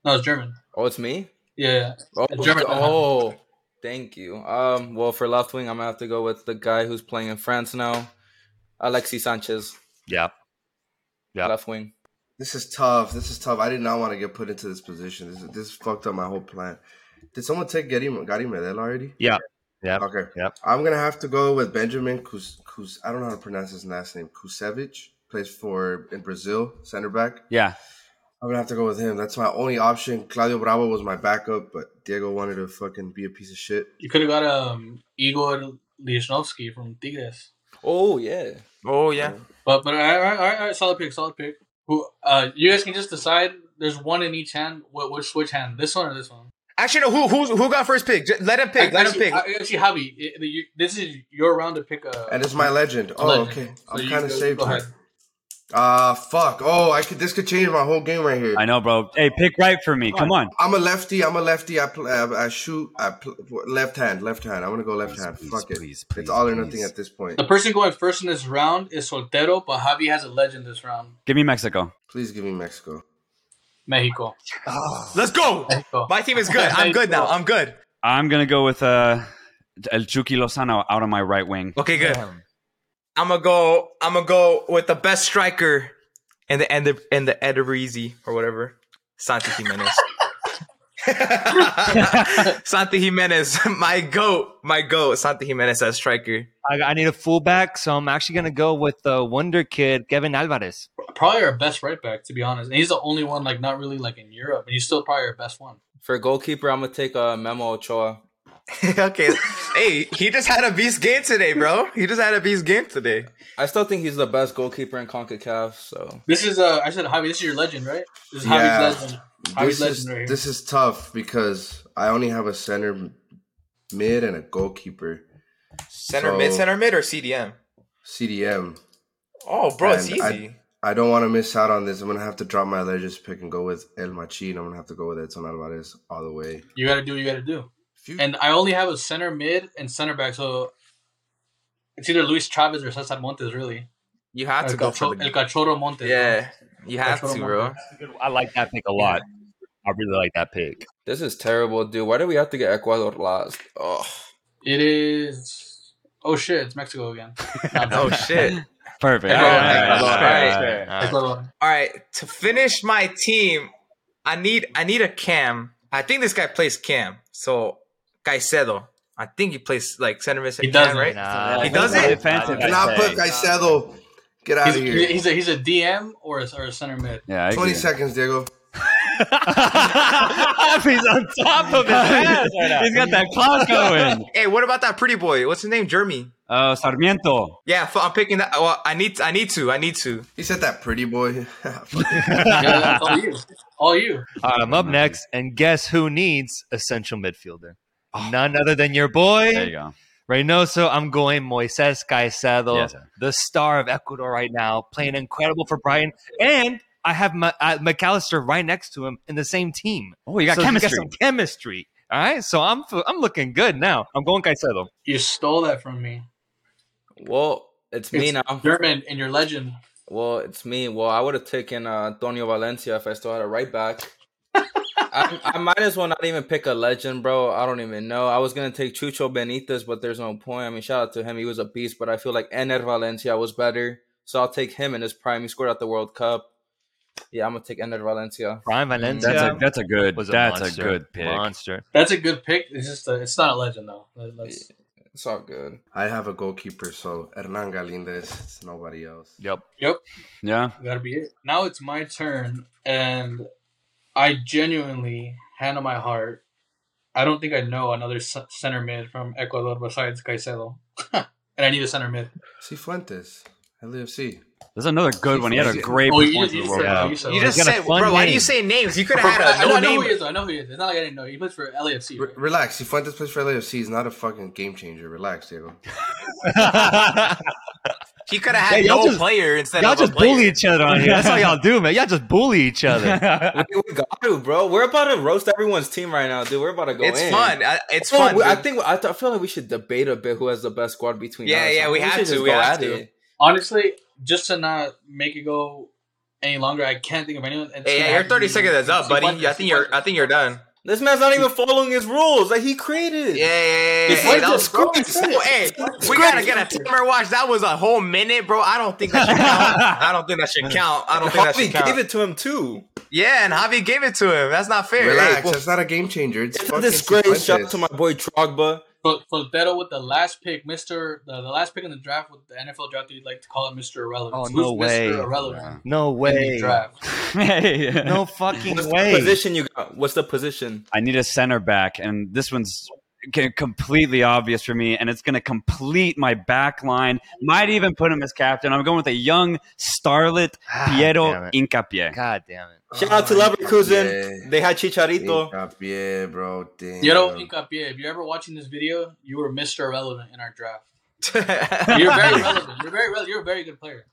S5: No, it's German.
S7: Oh, it's me.
S5: Yeah,
S7: Oh,
S5: A German-
S7: oh, thank you. Um, well, for left wing, I'm gonna have to go with the guy who's playing in France now, Alexis Sanchez.
S3: Yeah. Yeah.
S7: Left wing.
S2: This is tough. This is tough. I did not want to get put into this position. This this fucked up my whole plan. Did someone take Gary Gary Medel already?
S3: Yeah. Yeah.
S2: Okay.
S3: Yep.
S2: I'm gonna have to go with Benjamin Kus, Kus I don't know how to pronounce his last name. Kusevich plays for in Brazil, center back.
S4: Yeah,
S2: I'm gonna have to go with him. That's my only option. Claudio Bravo was my backup, but Diego wanted to fucking be a piece of shit.
S5: you could have got um Igor Lishnovsky from Tigres.
S7: Oh yeah.
S6: oh yeah,
S5: But but all right, all right, all right, all right, solid pick, solid pick. Who? Uh, you guys can just decide. There's one in each hand. What which which hand? This one or this one?
S6: actually no. Who who's, who got first pick? Just let him pick. Let him
S5: actually,
S6: pick.
S5: I- actually, Javi, it- the- you- this is your round to pick. A,
S2: And it's my legend. Oh,
S5: legend.
S2: okay.
S5: So
S2: I'm
S5: you
S2: kind of
S5: go-
S2: saved.
S5: go ahead.
S2: Ah, fuck. Oh, I could. This could change my whole game right here.
S4: I know, bro. Hey, pick right for me. Come on.
S2: I'm a lefty. I'm a lefty. I pl- uh, I, I shoot. I pl- left hand. Left hand. I'm gonna go left hand. Fuck it.
S4: please,
S2: it's all or
S4: please,
S2: nothing
S4: please.
S2: at this point.
S5: The person going first in this round is Soltero, but Javi has a legend this round.
S4: Give me Mexico.
S2: Please give me Mexico.
S5: Mexico.
S6: Let's go.
S5: Mexico.
S6: My team is good. I'm good now. I'm good.
S4: I'm gonna go with uh, El Chucky Lozano out on my right wing.
S6: Okay, good. I'm gonna go. I'm gonna go with the best striker and the and the and the Ederizi or whatever. Santi Jimenez. Santi Jimenez, my goat, my goat. Santi Jimenez as striker.
S3: I, I need a fullback, so I'm actually gonna go with the Wonder Kid, Kevin Alvarez.
S5: probably our best right back to be honest. And he's the only one like not really like in Europe, and he's still probably our best one.
S7: For goalkeeper, I'm gonna take uh, Memo Ochoa.
S6: okay. Hey, he just had a beast game today, bro. He just had a beast game today.
S7: I still think he's the best goalkeeper in Concacaf. So
S5: This is uh, I said Javi. This is your legend, right? This is
S2: Yeah.
S5: Javi's legend. Javi's
S2: This
S5: legend
S2: is
S5: right here.
S2: this is tough because I only have a center mid and a goalkeeper.
S6: Center
S2: So-
S6: mid, center mid, or CDM.
S2: CDM.
S6: Oh, bro, it's
S2: And I-
S6: easy.
S2: I don't want to miss out on this. I'm gonna have to drop my legends pick and go with El Machin. I'm gonna have to go with Edson Alvarez all the way.
S5: you got to do what you got to do. And I only have a center mid and center back, so it's either Luis Chavez or Cesar Montes, really.
S6: you have
S5: El,
S6: to go for
S5: Cacho-
S6: the
S5: El Cachorro Montes.
S6: yeah. You have to, bro.
S3: I like that pick a lot. I really like that pick.
S7: this is terrible, dude. Why do we have to get Ecuador last? Oh,
S5: It is. Oh shit! It's Mexico again. Not bad.
S6: Oh shit.
S4: Perfect.
S5: Yeah,
S4: All right,
S5: yeah,
S4: all right, all
S5: yeah.
S4: right, all right.
S6: All right.
S5: Ecuador.
S6: All right, to finish my team, I need I need a cam I think this guy plays Cam. So Caicedo. I think he plays like center mid.
S5: He
S6: cam,
S5: doesn't.
S6: right?
S3: Nah,
S6: He does it?
S4: Defensive.
S3: I
S2: Not
S4: say.
S2: put Caicedo. Get out
S5: He's,
S2: of here.
S5: he's a he's a DM or a, or a center mid.
S4: Yeah, I
S2: 20
S4: agree.
S2: seconds, Diego.
S3: He's on top of his ass right now.
S4: He's got that clock going.
S6: Hey, what about that pretty boy? What's his name? Jeremy.
S4: Oh, Sarmiento.
S6: Yeah, f- I'm picking that. Well, I need, I need to, I need to.
S2: He said that pretty boy.
S5: Yeah, that's all you. All you.
S3: All right, I'm up next, and guess who needs essential midfielder? None other than your boy
S4: Oh. There you go.
S3: Reynoso. I'm going Moises Caicedo,
S4: Yes, sir.
S3: the star of Ecuador right now, playing incredible for Brighton, and I have Ma- uh, McAllister right next to him in the same team.
S4: Oh, you got
S3: So
S4: chemistry.
S3: some chemistry. All right, so I'm f- I'm looking good now. I'm going Caicedo.
S5: You stole that from me.
S7: Well, it's me now.
S5: German in your legend.
S7: Well, it's me. Well, I would have taken uh, Antonio Valencia if I still had a right back. I, I might as well not even pick a legend, bro. I don't even know. I was gonna take Chucho Benitez, but there's no point. I mean, shout out to him; he was a beast. But I feel like Ener Valencia was better, so I'll take him in his prime. He scored at the World Cup. Yeah, I'm gonna take Ener Valencia.
S3: Brian Valencia
S4: Mm, That's a that's a good
S3: was a
S4: that's
S3: monster.
S4: a good pick.
S3: Monster.
S5: That's a good pick. It's just a, it's not a legend though. Let- let's-
S7: It's all good.
S2: I have a goalkeeper, so Hernan Galindez. It's nobody else.
S3: Yep.
S5: Yep,
S4: Yeah.
S5: that'll be it. Now it's my turn, and I genuinely, hand on my heart, I don't think I know another c- center mid from Ecuador besides Caicedo, and I need a center mid.
S2: Cifuentes, LAFC.
S4: There's another good one. He had a great
S5: Oh, you,
S4: performance
S5: you
S4: in the
S5: said,
S4: World Cup.
S5: you said,
S6: You just
S3: got a
S6: said, bro.
S3: fun
S6: Why do
S3: name.
S6: you say names? You could
S5: Bro,
S6: have had
S5: I,
S6: a
S5: know,
S6: no
S5: I know who
S6: name.
S5: he is. though. I know who he is. It's not like I didn't know. He plays for LAFC.
S2: R- relax. Cifuentes plays for LAFC. He's not a fucking game changer. Relax, Diego.
S6: He could have had
S3: Yeah, y'all
S6: no
S3: just-
S6: player instead
S3: y'all
S6: of a
S3: just
S6: player.
S3: bully each other on here. That's all y'all do, man. Y'all just bully each other.
S7: We, we got to, bro. We're about to roast everyone's team right now, dude. We're about to go.
S6: It's
S7: in.
S6: fun. I, it's
S7: Oh,
S6: fun.
S7: we- I
S6: dude.
S7: think I, th- I feel like we should debate a bit who has the best squad between.
S6: Yeah,
S7: us.
S6: yeah, we have
S7: should
S6: to,
S7: just
S6: we
S7: go
S6: have
S7: at
S6: to.
S7: it.
S5: Honestly, just to not make it go any longer, I can't think of anyone. It's
S6: Hey,
S5: gonna
S6: yeah, your
S5: have to
S6: 30
S5: be-
S6: seconds is up, buddy.
S5: Cifuentes,
S6: I think you're. uh, I
S5: Cifuentes.
S6: think you're done.
S7: This man's not even following his rules that he created.
S6: Yeah, yeah, yeah. yeah.
S7: It's
S6: Hey,
S7: like
S6: that
S7: the
S6: was
S7: script.
S6: cool. Hey, we gotta get a timer watch. That was a whole minute, bro. I don't think that should count. I don't think that should count. I don't think that
S7: Javi
S6: should count.
S7: gave it to him too.
S6: Yeah, and Javi gave it to him. That's not fair.
S2: Relax.
S6: Hey, well,
S2: That's not a game changer. It's,
S7: It's a
S2: fucking
S7: disgrace. Shout out
S2: Cifuentes.
S7: to my boy Trogba.
S5: Fol- Foltero with the last pick, Mister, the, the last pick in the draft with the NFL draft. You like to call it Mister Irrelevant.
S3: Oh,
S5: Who's
S3: no way.
S5: Mister Irrelevant.
S3: No
S5: in the
S3: way.
S5: draft.
S4: Hey.
S3: No fucking
S7: What
S3: way.
S7: position you got? What's the position?
S4: I need a center back, and this one's c- completely obvious for me, and it's going to complete my back line. Might even put him as captain. I'm going with a young starlet,
S3: Ah, damn
S4: Piero
S3: it.
S4: Incapié.
S3: God damn it.
S6: Oh
S7: Shout out to Leverkusen.
S2: yeah.
S7: They had Chicharito.
S2: Incapié, bro. Damn.
S5: You know, Hincapié, if you're ever watching this video, you were Mister Irrelevant in our draft. You're very relevant. You're very relevant. You're a very good player.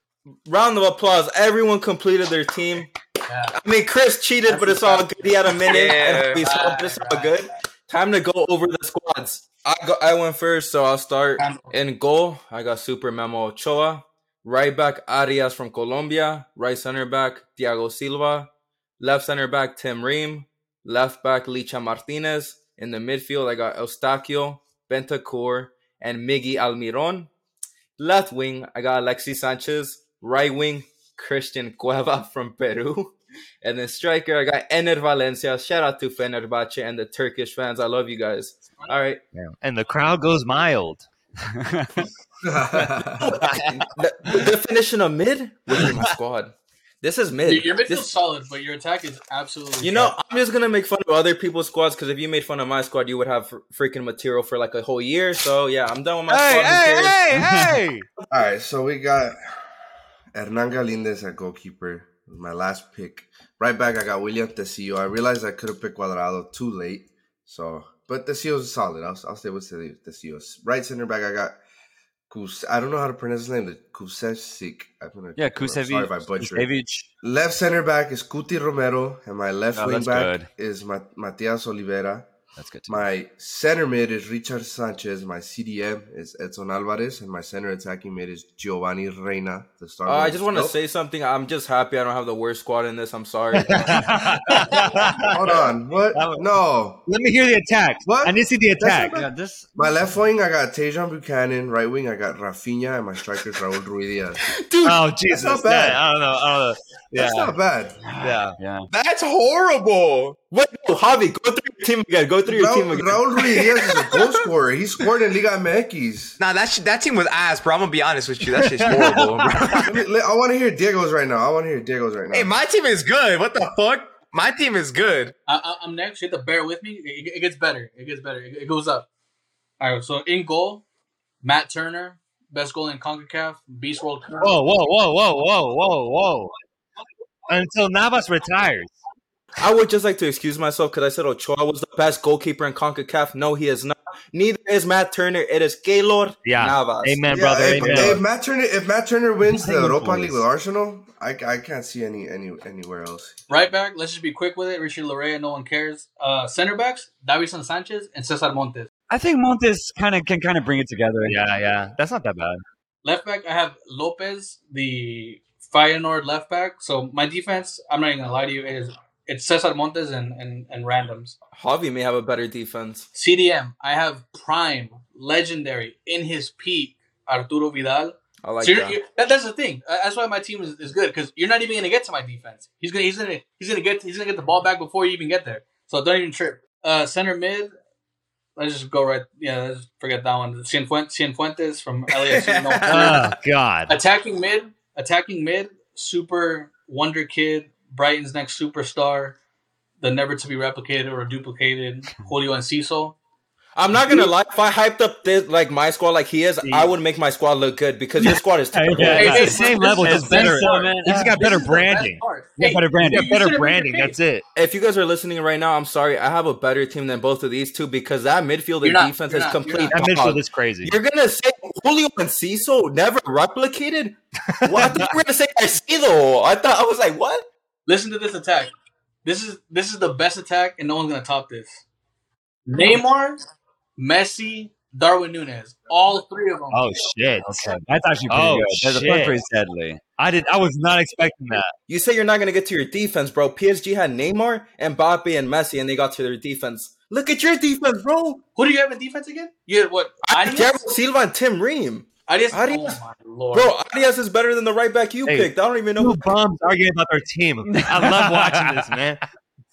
S7: Round of applause. Everyone completed their team.
S5: Yeah.
S7: I mean, Chris cheated, but it's all good. He had a minute.
S6: Yeah.
S7: and we saw this all good. Time to go over the squads. I go, I went first, so I'll start in goal. I got Super Memo Ochoa, right back Arias from Colombia, right center back Thiago Silva, left center back Tim Ream, left back Licha Martinez. In the midfield, I got Eustaquio, Bentacore, and Miggy Almiron. Left wing, I got Alexis Sanchez. Right wing, Christian Cueva from Peru. And then striker, I got Ener Valencia. Shout out to Fenerbahce and the Turkish fans. I love you guys. All right.
S3: And the crowd goes mild.
S7: The, the definition of mid? Within my squad. This is mid.
S5: Your midfield's
S7: This-
S5: solid, but your attack is absolutely.
S7: you know, I'm just going to make fun of other people's squads because if you made fun of my squad, you would have fr- freaking material for like a whole year. So, yeah, I'm done with my squad. Who cares?
S3: hey, hey!
S2: All right, so we got Hernan Galindez at goalkeeper. My last pick. Right back, I got William Tecillo. I realized I could have picked Cuadrado too late. So, but Tecillo's solid. I'll, I'll stay with Tecillo. Right center back, I got Kus. I don't know how to pronounce his name. The Kusevsik. I'm gonna
S4: Yeah,
S2: Sorry if I
S4: Kusevic.
S2: butchered. it. Left center back is Cuti Romero, and my left
S4: Oh,
S2: wing
S4: that's
S2: back
S4: good.
S2: is Mat- Matias Oliveira.
S4: That's good.
S2: My center mid is Richard Sanchez. My CDM is Edson Alvarez, and my center attacking mid is Giovanni Reina. The star.
S7: Uh, I
S2: goal-
S7: just want to
S2: Nope.
S7: say something. I'm just happy I don't have the worst squad in this. I'm sorry.
S2: Hold on. What?
S3: That was-
S2: No.
S3: Let me hear the attack.
S2: What?
S3: I need to see the
S2: That's
S3: attack.
S2: not
S4: Yeah, this.
S2: My left wing, I got Tejan Buchanan. Right wing, I got Rafinha, and my striker is Raul Ruiz Diaz.
S3: Oh, Jesus.
S2: not bad.
S3: Yeah, I don't know. I don't know. Yeah.
S2: That's not bad.
S3: yeah.
S4: Yeah.
S6: That's horrible.
S7: Wait, no, Javi, Oh, go through your team again. Go through your team
S2: Raul,
S7: again.
S2: Raul Ruiz Diaz is a goal scorer. He scored in Liga MX.
S6: Nah, that shit, that team was ass, bro. I'm gonna be honest with you. That shit's horrible, bro.
S2: Let me- let- I want to hear Diego's right now. I want to hear Diego's right now.
S6: hey, my team is good. What the fuck? My team is good.
S5: I, I, I'm next. You have to bear with me. It, it- it gets better. It gets better. It, it goes up. All right. So in goal, Matt Turner, best goal in Concacaf, Beast World Cup.
S3: Whoa, whoa, whoa, whoa, whoa, whoa, whoa. Until Navas retires.
S7: I would just like to excuse myself because I said Ochoa was the best goalkeeper in CONCACAF. No, he is not. Neither is Matt Turner. It is Gaylord
S3: Yeah.
S7: Navas.
S3: Amen,
S2: Yeah,
S3: brother.
S2: if,
S3: Amen.
S2: if Matt Turner if Matt Turner wins the
S3: Thank you,
S2: Europa
S3: boys.
S2: League with Arsenal, I, I can't see any any anywhere else.
S5: Right back. Let's just be quick with it. Richard Larea. No one cares. Uh, center backs, Davison Sanchez and Cesar Montes.
S4: I think Montes kind of can kind of bring it together.
S3: Yeah, yeah. That's not that bad.
S5: Left back, I have Lopez, the Feyenoord left back. So my defense, I'm not even gonna lie to you, is it's Cesar Montes and and, and randoms.
S7: Javi may have a better defense.
S5: CDM, I have prime, legendary, in his peak, Arturo Vidal.
S7: I like
S5: so you're,
S7: that.
S5: you're- that, that's the thing. Uh, That's why my team is, is good because you're not even gonna get to my defense. He's gonna he's gonna he's gonna get he's gonna get the ball back before you even get there. So don't even trip. Uh, center mid. Let's just go right. Yeah, let's just forget that one. Cienfuentes, Cienfuentes from LAFC. No,
S3: Oh, God.
S5: attacking mid, attacking mid, super wonder kid, Brighton's next superstar, the never to be replicated or duplicated, Julio and Cecil.
S7: I'm not gonna lie. If I hyped up this like my squad like he is, I would make my squad look good because your squad is terrible.
S3: Yeah,
S5: Hey,
S3: it's
S5: hey,
S3: the same
S5: this
S3: level,
S5: is
S3: just
S5: the
S3: better.
S5: best part.
S3: He just got
S5: This
S3: better
S5: is the best
S3: branding.
S5: part.
S3: He got
S5: Hey,
S3: better branding.
S5: you
S3: He got
S5: should've
S3: better
S5: been
S3: branding.
S5: prepared.
S3: That's it.
S7: If you guys are listening right now, I'm sorry. I have a better team than both of these two because that midfield
S5: You're
S7: and
S5: not,
S7: defense
S5: you're
S7: is
S5: not, you're
S7: complete.
S3: That midfield
S7: dog.
S3: is crazy.
S7: You're gonna say Julio and Ciso never replicated? Well, I thought you were gonna say Caicedo. I thought I was like, what?
S5: Listen to this attack. This is this is the best attack, and no one's gonna top this. Neymar, Messi, Darwin Nunez, all three of them.
S3: Oh, shit.
S4: That's actually pretty
S3: Oh,
S4: good. That's
S3: shit.
S4: pretty deadly.
S3: I did. I was not expecting that.
S7: You say you're not gonna get to your defense, bro. PSG had Neymar, Mbappe, and Messi, and they got to their defense. Look at your defense, bro.
S5: Who do you have in defense again? You had what?
S7: Thiago
S5: Adias?
S7: Silva and Tim Ream.
S5: Adias?
S7: Arias.
S5: Oh my lord!
S7: Bro, Adias is better than the right back you
S3: Hey.
S7: picked. I don't even know
S3: Two
S7: who
S3: bums arguing about their team. I love watching this, man.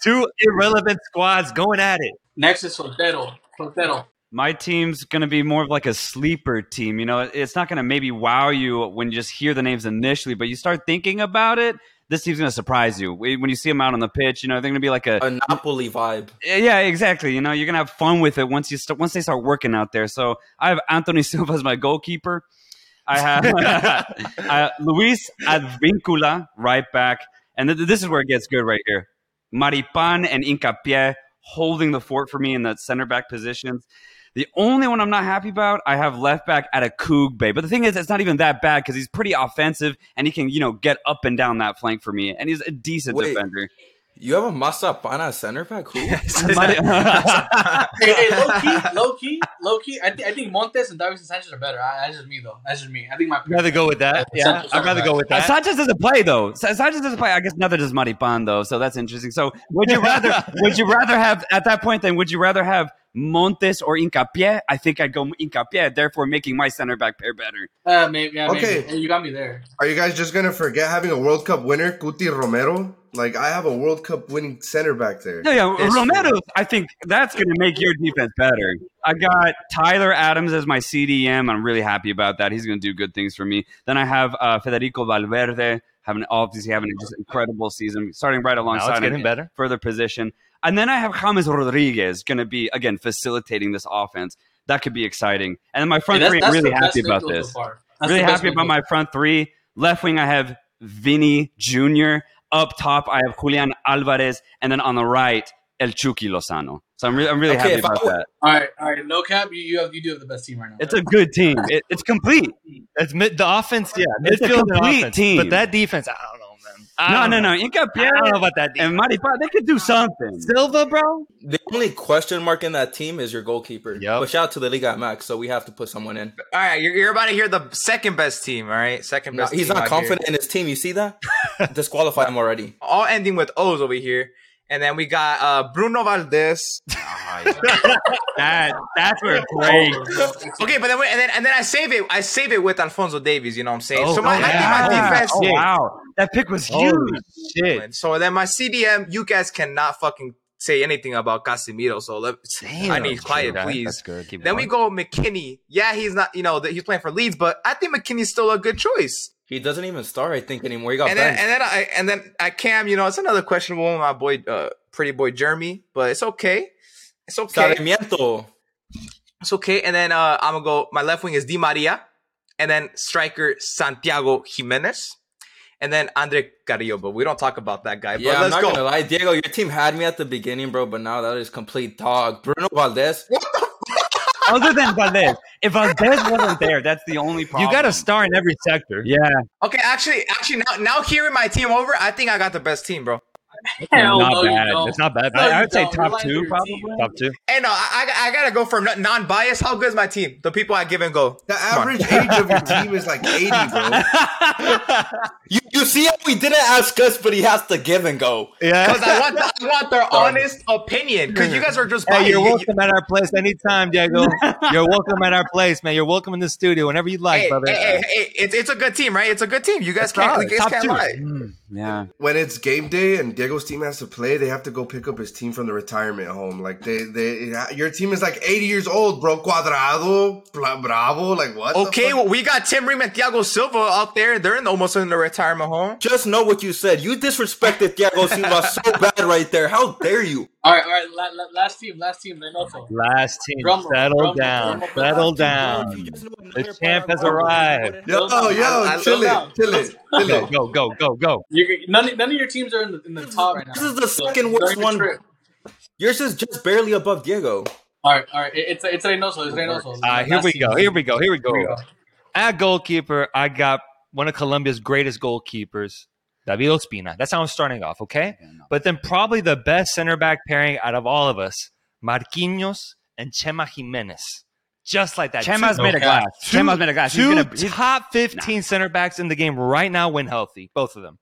S3: Two irrelevant squads going at it.
S5: Next is Sotero. Sotero.
S4: My team's going to be more of like a sleeper team. You know, it's not going to maybe wow you when you just hear the names initially, but you start thinking about it. This team's going to surprise you. We- When you see them out on the pitch, you know, they're going to be like a
S7: a Napoli vibe.
S4: Yeah, exactly. You know, you're gonna have fun with it once you st- once they start working out there. So I have Anthony Silva as my goalkeeper. I have uh, Luis Advincula right back, and th- this is where it gets good right here. Maripan and Incapié holding the fort for me in the center back positions. The only one I'm not happy about, I have left back at a Bay. But the thing is, it's not even that bad because he's pretty offensive and he can, you know, get up and down that flank for me. And he's a decent
S7: Wait.
S4: defender.
S7: You have a Masapana center back? Who?
S5: Hey, hey, low key, low key, low key. I, th- I think Montes and Davison Sanchez are better. I, that's just me though. That's just me. I think my.
S3: I'd rather go with that. Yeah,
S5: Something-
S3: I'd rather go with
S4: Uh,
S3: that.
S4: Sanchez doesn't play though. Sa- Sanchez doesn't play. I guess neither does Maripan though. So that's interesting. So would you rather? would you rather have at that point? Then would you rather have Montes or Incapié? I think I'd go Incapié, therefore making my center back pair better.
S5: Uh, maybe. Yeah,
S2: Okay.
S5: Maybe. Hey, you got me there.
S2: Are you guys just gonna forget having a World Cup winner, Cuti Romero? Like I have a World Cup winning center back there.
S4: No, yeah,
S2: It's-
S4: Romero. I think that's going to make your defense better. I got Tyler Adams as my CDM. I'm really happy about that. He's going to do good things for me. Then I have uh, Federico Valverde having obviously having a just incredible season, starting right
S3: Now
S4: alongside
S3: it's
S4: him.
S3: getting better.
S4: further position. And then I have James Rodriguez going to be again facilitating this offense. That could be exciting. And then my front
S5: Hey,
S4: three, I'm really happy
S5: midfield
S4: about
S5: so
S4: this.
S5: far. That's
S4: really
S5: the best
S4: happy about
S5: midfield.
S4: my front three. Left wing, I have Vinny Jr. Up top, I have Julian Alvarez, and then on the right, El Chucky Lozano. So I'm, re- I'm really
S7: Okay,
S4: happy
S7: if I
S4: about
S7: were-
S4: that.
S5: All right, all right. No cap. You, you have you do have the best team right now.
S4: It's a good team. It, it's complete.
S3: It's mid, the offense, yeah,
S4: It's a
S3: midfield and
S4: complete
S3: offense.
S4: team.
S3: But that defense, I don't know, man. I
S4: No,
S3: don't
S4: no,
S3: know.
S4: no. Inca
S3: I don't know
S4: Pierre
S3: about that defense.
S4: and Maripa, they could do something.
S3: Silva, bro.
S7: The only question mark in that team is your goalkeeper.
S3: Yup.
S7: But shout out to the Liga Max, so we have to put someone in.
S6: All right, you're, you're about to hear the second best team. All right, second
S7: No,
S6: best.
S7: he's
S6: team
S7: not
S6: out here.
S7: confident in his team. You see that? Disqualify him already.
S6: All ending with O's over here, and then we got uh, Bruno Valdez.
S3: That that's where
S4: Oh,
S3: it breaks.
S6: Okay, but then wait, and then and then I save it. I save it with Alfonso Davies. You know what I'm saying?
S3: Oh,
S6: so my, I
S3: yeah.
S6: think my defense.
S4: Oh,
S6: yeah.
S4: wow. That pick was huge.
S3: Holy shit!
S6: So then my CDM, you guys cannot fucking say anything about Casemiro. So let, I need quiet,
S3: Okay,
S6: please.
S3: That's good. Keep
S6: Then we
S3: going.
S6: go McKinney. Yeah, he's not, you know, that he's playing for Leeds, but I think McKinney's still a good choice.
S7: He doesn't even start, I think, anymore.
S3: Oh,
S7: He got
S6: And then,
S7: benched.
S6: and then I, and then I Cam, you know, it's another questionable one, my boy, uh, pretty boy Jeremy, but it's okay. It's okay.
S7: Sarmiento.
S6: It's okay. And then uh, I'm gonna go. My left wing is Di Maria, and then striker Santiago Jimenez, and then Andre Carrillo. But we don't talk about that guy.
S7: Yeah,
S6: but
S7: I'm
S6: let's
S7: not
S6: go.
S7: gonna lie, Diego. Your team had me at the beginning, bro, but now that is complete dog. Bruno Valdez.
S4: Other than Valdez, if Valdez wasn't there, that's the only problem.
S3: You got a star in every sector.
S4: Yeah,
S6: Okay, actually, actually now now hearing my team over, I think I got the best team, bro.
S5: Hell
S3: not
S5: no, you
S3: bad.
S5: don't.
S3: It's not bad.
S5: No,
S3: I, I
S5: you
S3: would say
S5: don't.
S3: top
S5: Rely on
S3: two,
S5: your
S3: probably.
S5: team.
S3: Top two.
S6: And no, I, I I gotta go from non bias. How good is my team? The people I give and go.
S2: The
S6: Come on.
S2: average age of your team is like 80, bro.
S7: You, you see how we didn't ask us, but he has to give and go.
S6: Because
S3: Yeah.
S6: I want, I want their honest opinion. Because you guys are just biased.
S3: Hey, you're
S6: You- you-
S3: welcome at our place anytime, Diego. You're welcome at our place, man. You're welcome in the studio whenever you like,
S6: Hey,
S3: brother.
S6: hey, hey, hey, it's, it's a good team, right? It's a good team. You guys can't, you
S3: solid.
S6: guys
S3: Top
S6: can't
S3: two.
S6: lie.
S4: yeah.
S2: when it's game day and Diego's team has to play, they have to go pick up his team from the retirement home. Like they, they, your team is like 80 years old, bro. Cuadrado, bla- Bravo, like what? the
S6: Okay,
S2: fuck?
S6: well, we got Tim Ream and Thiago Silva out there. They're in almost in the retirement home.
S7: Just know what you said. You disrespected Diego Silva so bad right there. How dare you?
S5: All right, all right. La- la- last team, last team. Reynoso.
S3: Last team,
S5: Rumble,
S3: settle
S5: rumble,
S3: down,
S5: rumble.
S3: Uh, settle
S7: You
S3: down.
S7: just know another
S3: The champ
S7: player
S3: has
S7: I'm wrong.
S3: arrived.
S2: yo,
S5: Slow down.
S2: yo,
S6: I- I
S2: chill
S5: slow
S2: it,
S5: down.
S2: chill it, chill
S3: Go,
S2: it.
S3: go, go, go, go.
S5: You, none, none of your teams are in the, in the top right now.
S7: This is the
S5: Don't-
S7: second
S5: don't
S7: worst
S5: even
S7: one.
S5: trip.
S7: Yours is just barely above Diego.
S5: All right, all right. It, it's it's Reynoso. It's Reynoso.
S3: Uh, here
S5: Last
S3: we
S5: team.
S3: go. Here we go. Here we
S5: Here we
S3: go. At goalkeeper, I got one of Colombia's greatest goalkeepers, David Ospina. That's how I'm starting off, okay? But then probably the best center back pairing out of all of us, Marquinhos and Chema Jimenez. Just like that.
S4: Chema's
S3: Two-
S4: made a
S5: cap.
S4: glass. Chema's made a glass. He's
S3: Two
S4: gonna. He's,
S3: top 15 center backs in the game right now when healthy, both of them.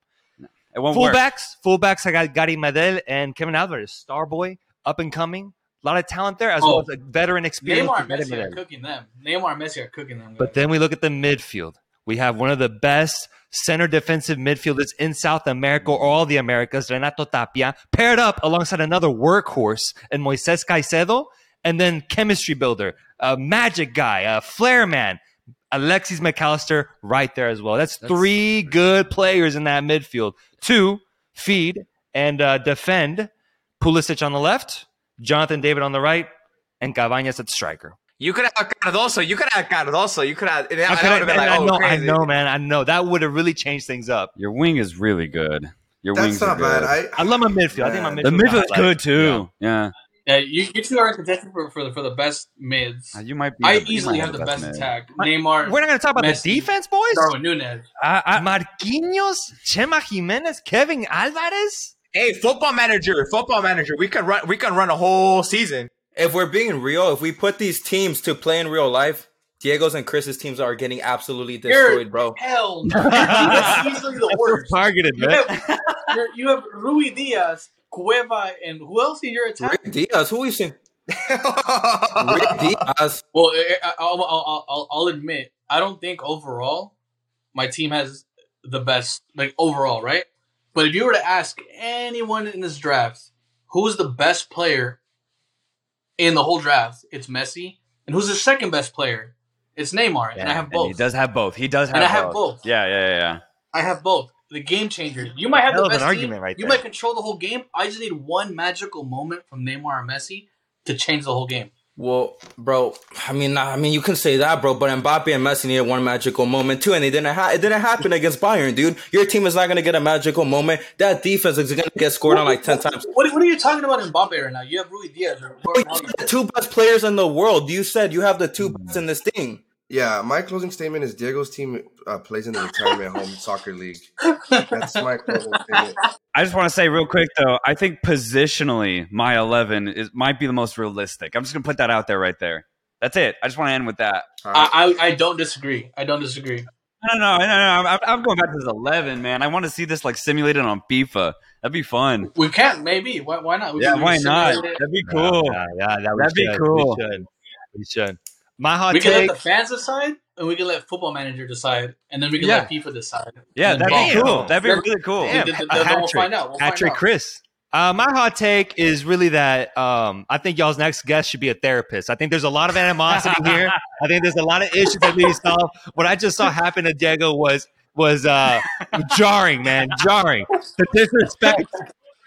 S4: it won't work.
S3: Fullbacks, fullbacks, I got Gary Medel and Kevin Alvarez, star boy, up and coming. A lot of talent there, as
S5: Oh.
S3: well as a veteran experience.
S5: Neymar
S3: with
S5: and Messi
S3: Medel.
S5: are cooking them. Neymar and Messi are cooking them.
S3: But then we look at the midfield. We have one of the best center defensive midfielders in South America or all the Americas, Renato Tapia, paired up alongside another workhorse and Moises Caicedo, and then chemistry builder, a magic guy, a flair man, Alexis McAllister right there as well. That's, three good players in that midfield. Two, feed and uh, defend. Pulisic on the left, Jonathan David on the right, and Cavañas at striker.
S6: You could have Cardoso. You could have Cardoso. You could have. And I,
S3: I,
S6: I
S3: coulda-
S6: would have been
S3: man,
S6: like,
S3: I
S6: oh,
S3: know,
S6: crazy.
S3: I know, man, I know. That would have really changed things up.
S4: Your wing is really good. Your
S2: That's
S4: wings
S2: not
S4: are good.
S2: bad. I,
S3: I love my midfield. I think my
S2: Man,
S3: midfield.
S4: the midfield's good too. Yeah.
S5: yeah, you, you two are in contention for, for the for the best mids.
S4: Uh, You might be.
S5: I
S4: you might
S5: easily have the best,
S4: mid.
S5: attack.
S3: My-
S5: Neymar,
S3: We're not going to talk about
S5: Messi.
S3: the defense, boys.
S5: Darwin Nunez.
S4: I, I,
S3: Marquinhos, Chema Jimenez, Kevin Alvarez.
S6: Hey, football manager, football manager. We can run. We can run a whole season.
S7: If we're being real, if we put these teams to play in real life, Diego's and Chris's teams are getting absolutely destroyed, bro.
S5: Hell, no. that's easily the worst.
S3: Targeted,
S5: You have, you're- you have Rui Diaz, Cueva, and who else in your attack?
S7: Rick Diaz, who we seen? Rick Diaz.
S5: Well, I- I- I'll, I'll, I'll, I'll admit, I don't think overall my team has the best, like overall, right? But if you were to ask anyone in this draft who's the best player in the whole draft, it's Messi. And who's the second best player? It's Neymar. and I have
S4: he
S5: both.
S4: does have both. He does have.
S5: And I have both.
S4: Yeah, yeah, yeah, yeah.
S5: I have both. The game changer. You might have
S3: Hell
S5: the
S3: of an
S5: best team.
S3: argument right
S5: you
S3: there.
S5: might control the whole game. I just need one magical moment from Neymar or Messi to change the whole game.
S7: Well, bro, I mean, I mean, you can say that, bro, but Mbappe and Messi needed one magical moment too, and they didn't. Ha- it didn't happen against Bayern, dude. Your team is not gonna get a magical moment. That defense is gonna get scored on like ten times.
S5: What, what are you talking about in Bombay right now? You have Rui Diaz. Or
S7: Bro, you have the two best players in the world. You said you have the two best in this thing.
S2: yeah, my closing statement is Diego's team uh, plays in the retirement home soccer league. That's my closing statement.
S4: I just want to say real quick though. I think positionally, my eleven is might be the most realistic. I'm just gonna put that out there right there. That's it. I just want to end with that.
S2: Uh,
S5: I, I, I don't disagree. I don't disagree.
S4: No, no, no, no. no. I'm, I'm going back to this eleven, man. I want to see this like simulated on FIFA. That'd be fun.
S5: We can't, maybe. Why, why not? We
S4: Yeah,
S5: can
S4: why not?
S5: simulate it.
S4: That'd be cool.
S3: Yeah, yeah, that we
S4: That'd be
S3: should.
S4: cool.
S3: We should. We should. My hot
S5: We can
S3: take.
S5: let the fans decide, and we can let Football Manager decide, and then we can let FIFA decide.
S4: Yeah,
S5: And then
S4: that'd be
S5: vote.
S4: cool. That'd be
S5: Damn.
S4: really cool.
S3: Damn,
S5: Then- then-
S3: a
S5: then
S3: hat
S5: we'll
S3: trick.
S5: find out. We'll find
S3: Patrick
S5: out.
S3: Chris. Uh, my hot take is really that um, I think y'all's next guest should be a therapist. I think there's a lot of animosity here. I think there's a lot of issues that need to solve. What I just saw happen to Diego was was uh, jarring, man, jarring. The disrespect,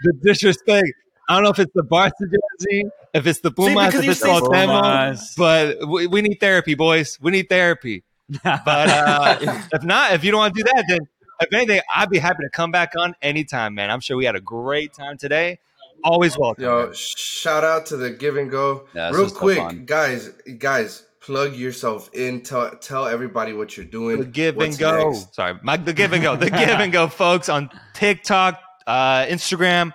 S3: the disrespect. I don't know if it's the Barca jersey, if it's the Pumas,
S7: because
S3: if
S7: you
S3: it's
S7: say
S3: Cuauhtemoc,
S4: Pumas.
S3: but we, we need therapy, boys. We need therapy. But uh, if not, if you don't want to do that, then if anything, I'd be happy to come back on anytime, man. I'm sure we had a great time today. Always welcome.
S2: Yo, shout out to the give and go.
S4: Yeah, this
S2: Real
S4: was tough on.
S2: quick, guys, guys, plug yourself in. Tell tell everybody what you're doing.
S3: the give
S2: what's
S3: and go.
S2: next.
S3: Sorry, Mike. The give and go. The give and go, folks, on TikTok, uh, Instagram,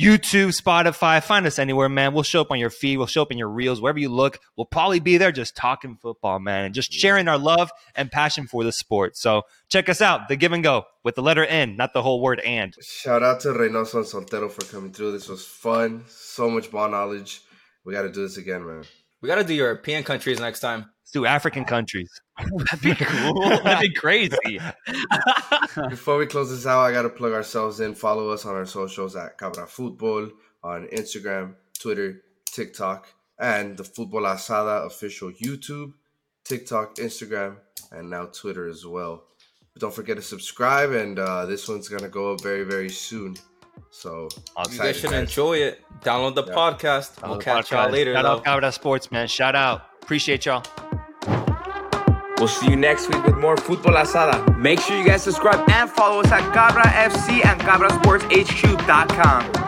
S3: YouTube, Spotify. Find us anywhere, man. We'll show up on your feed. We'll show up in your reels, wherever you look. We'll probably be there, just talking football, man, and just sharing our love and passion for the sport. So check us out. The give and go with the letter N, not the whole word and.
S2: Shout out to Reynoso and Soltero for coming through. This was fun. So much ball knowledge. We got to do this again, man.
S7: We gotta do European countries next time.
S3: It's through African countries.
S4: That'd be cool. That'd be crazy.
S2: Before we close this out, I gotta plug ourselves in. Follow us on our socials at Cabra Football on Instagram, Twitter, TikTok, and the Football Asada official YouTube, TikTok, Instagram, and now Twitter as well. But don't forget to subscribe, and uh, this one's gonna go up very, very soon. So
S7: You guys should
S2: Excited.
S7: enjoy it. Download the
S2: Yeah.
S7: podcast. we'll catch y'all later.
S3: Shout
S7: though.
S3: out Cabra Sports, man. Shout out. Appreciate y'all.
S1: We'll see you next week with more Football Asada. Make sure you guys subscribe and follow us at Cabra FC and CabraSportsHQ.com.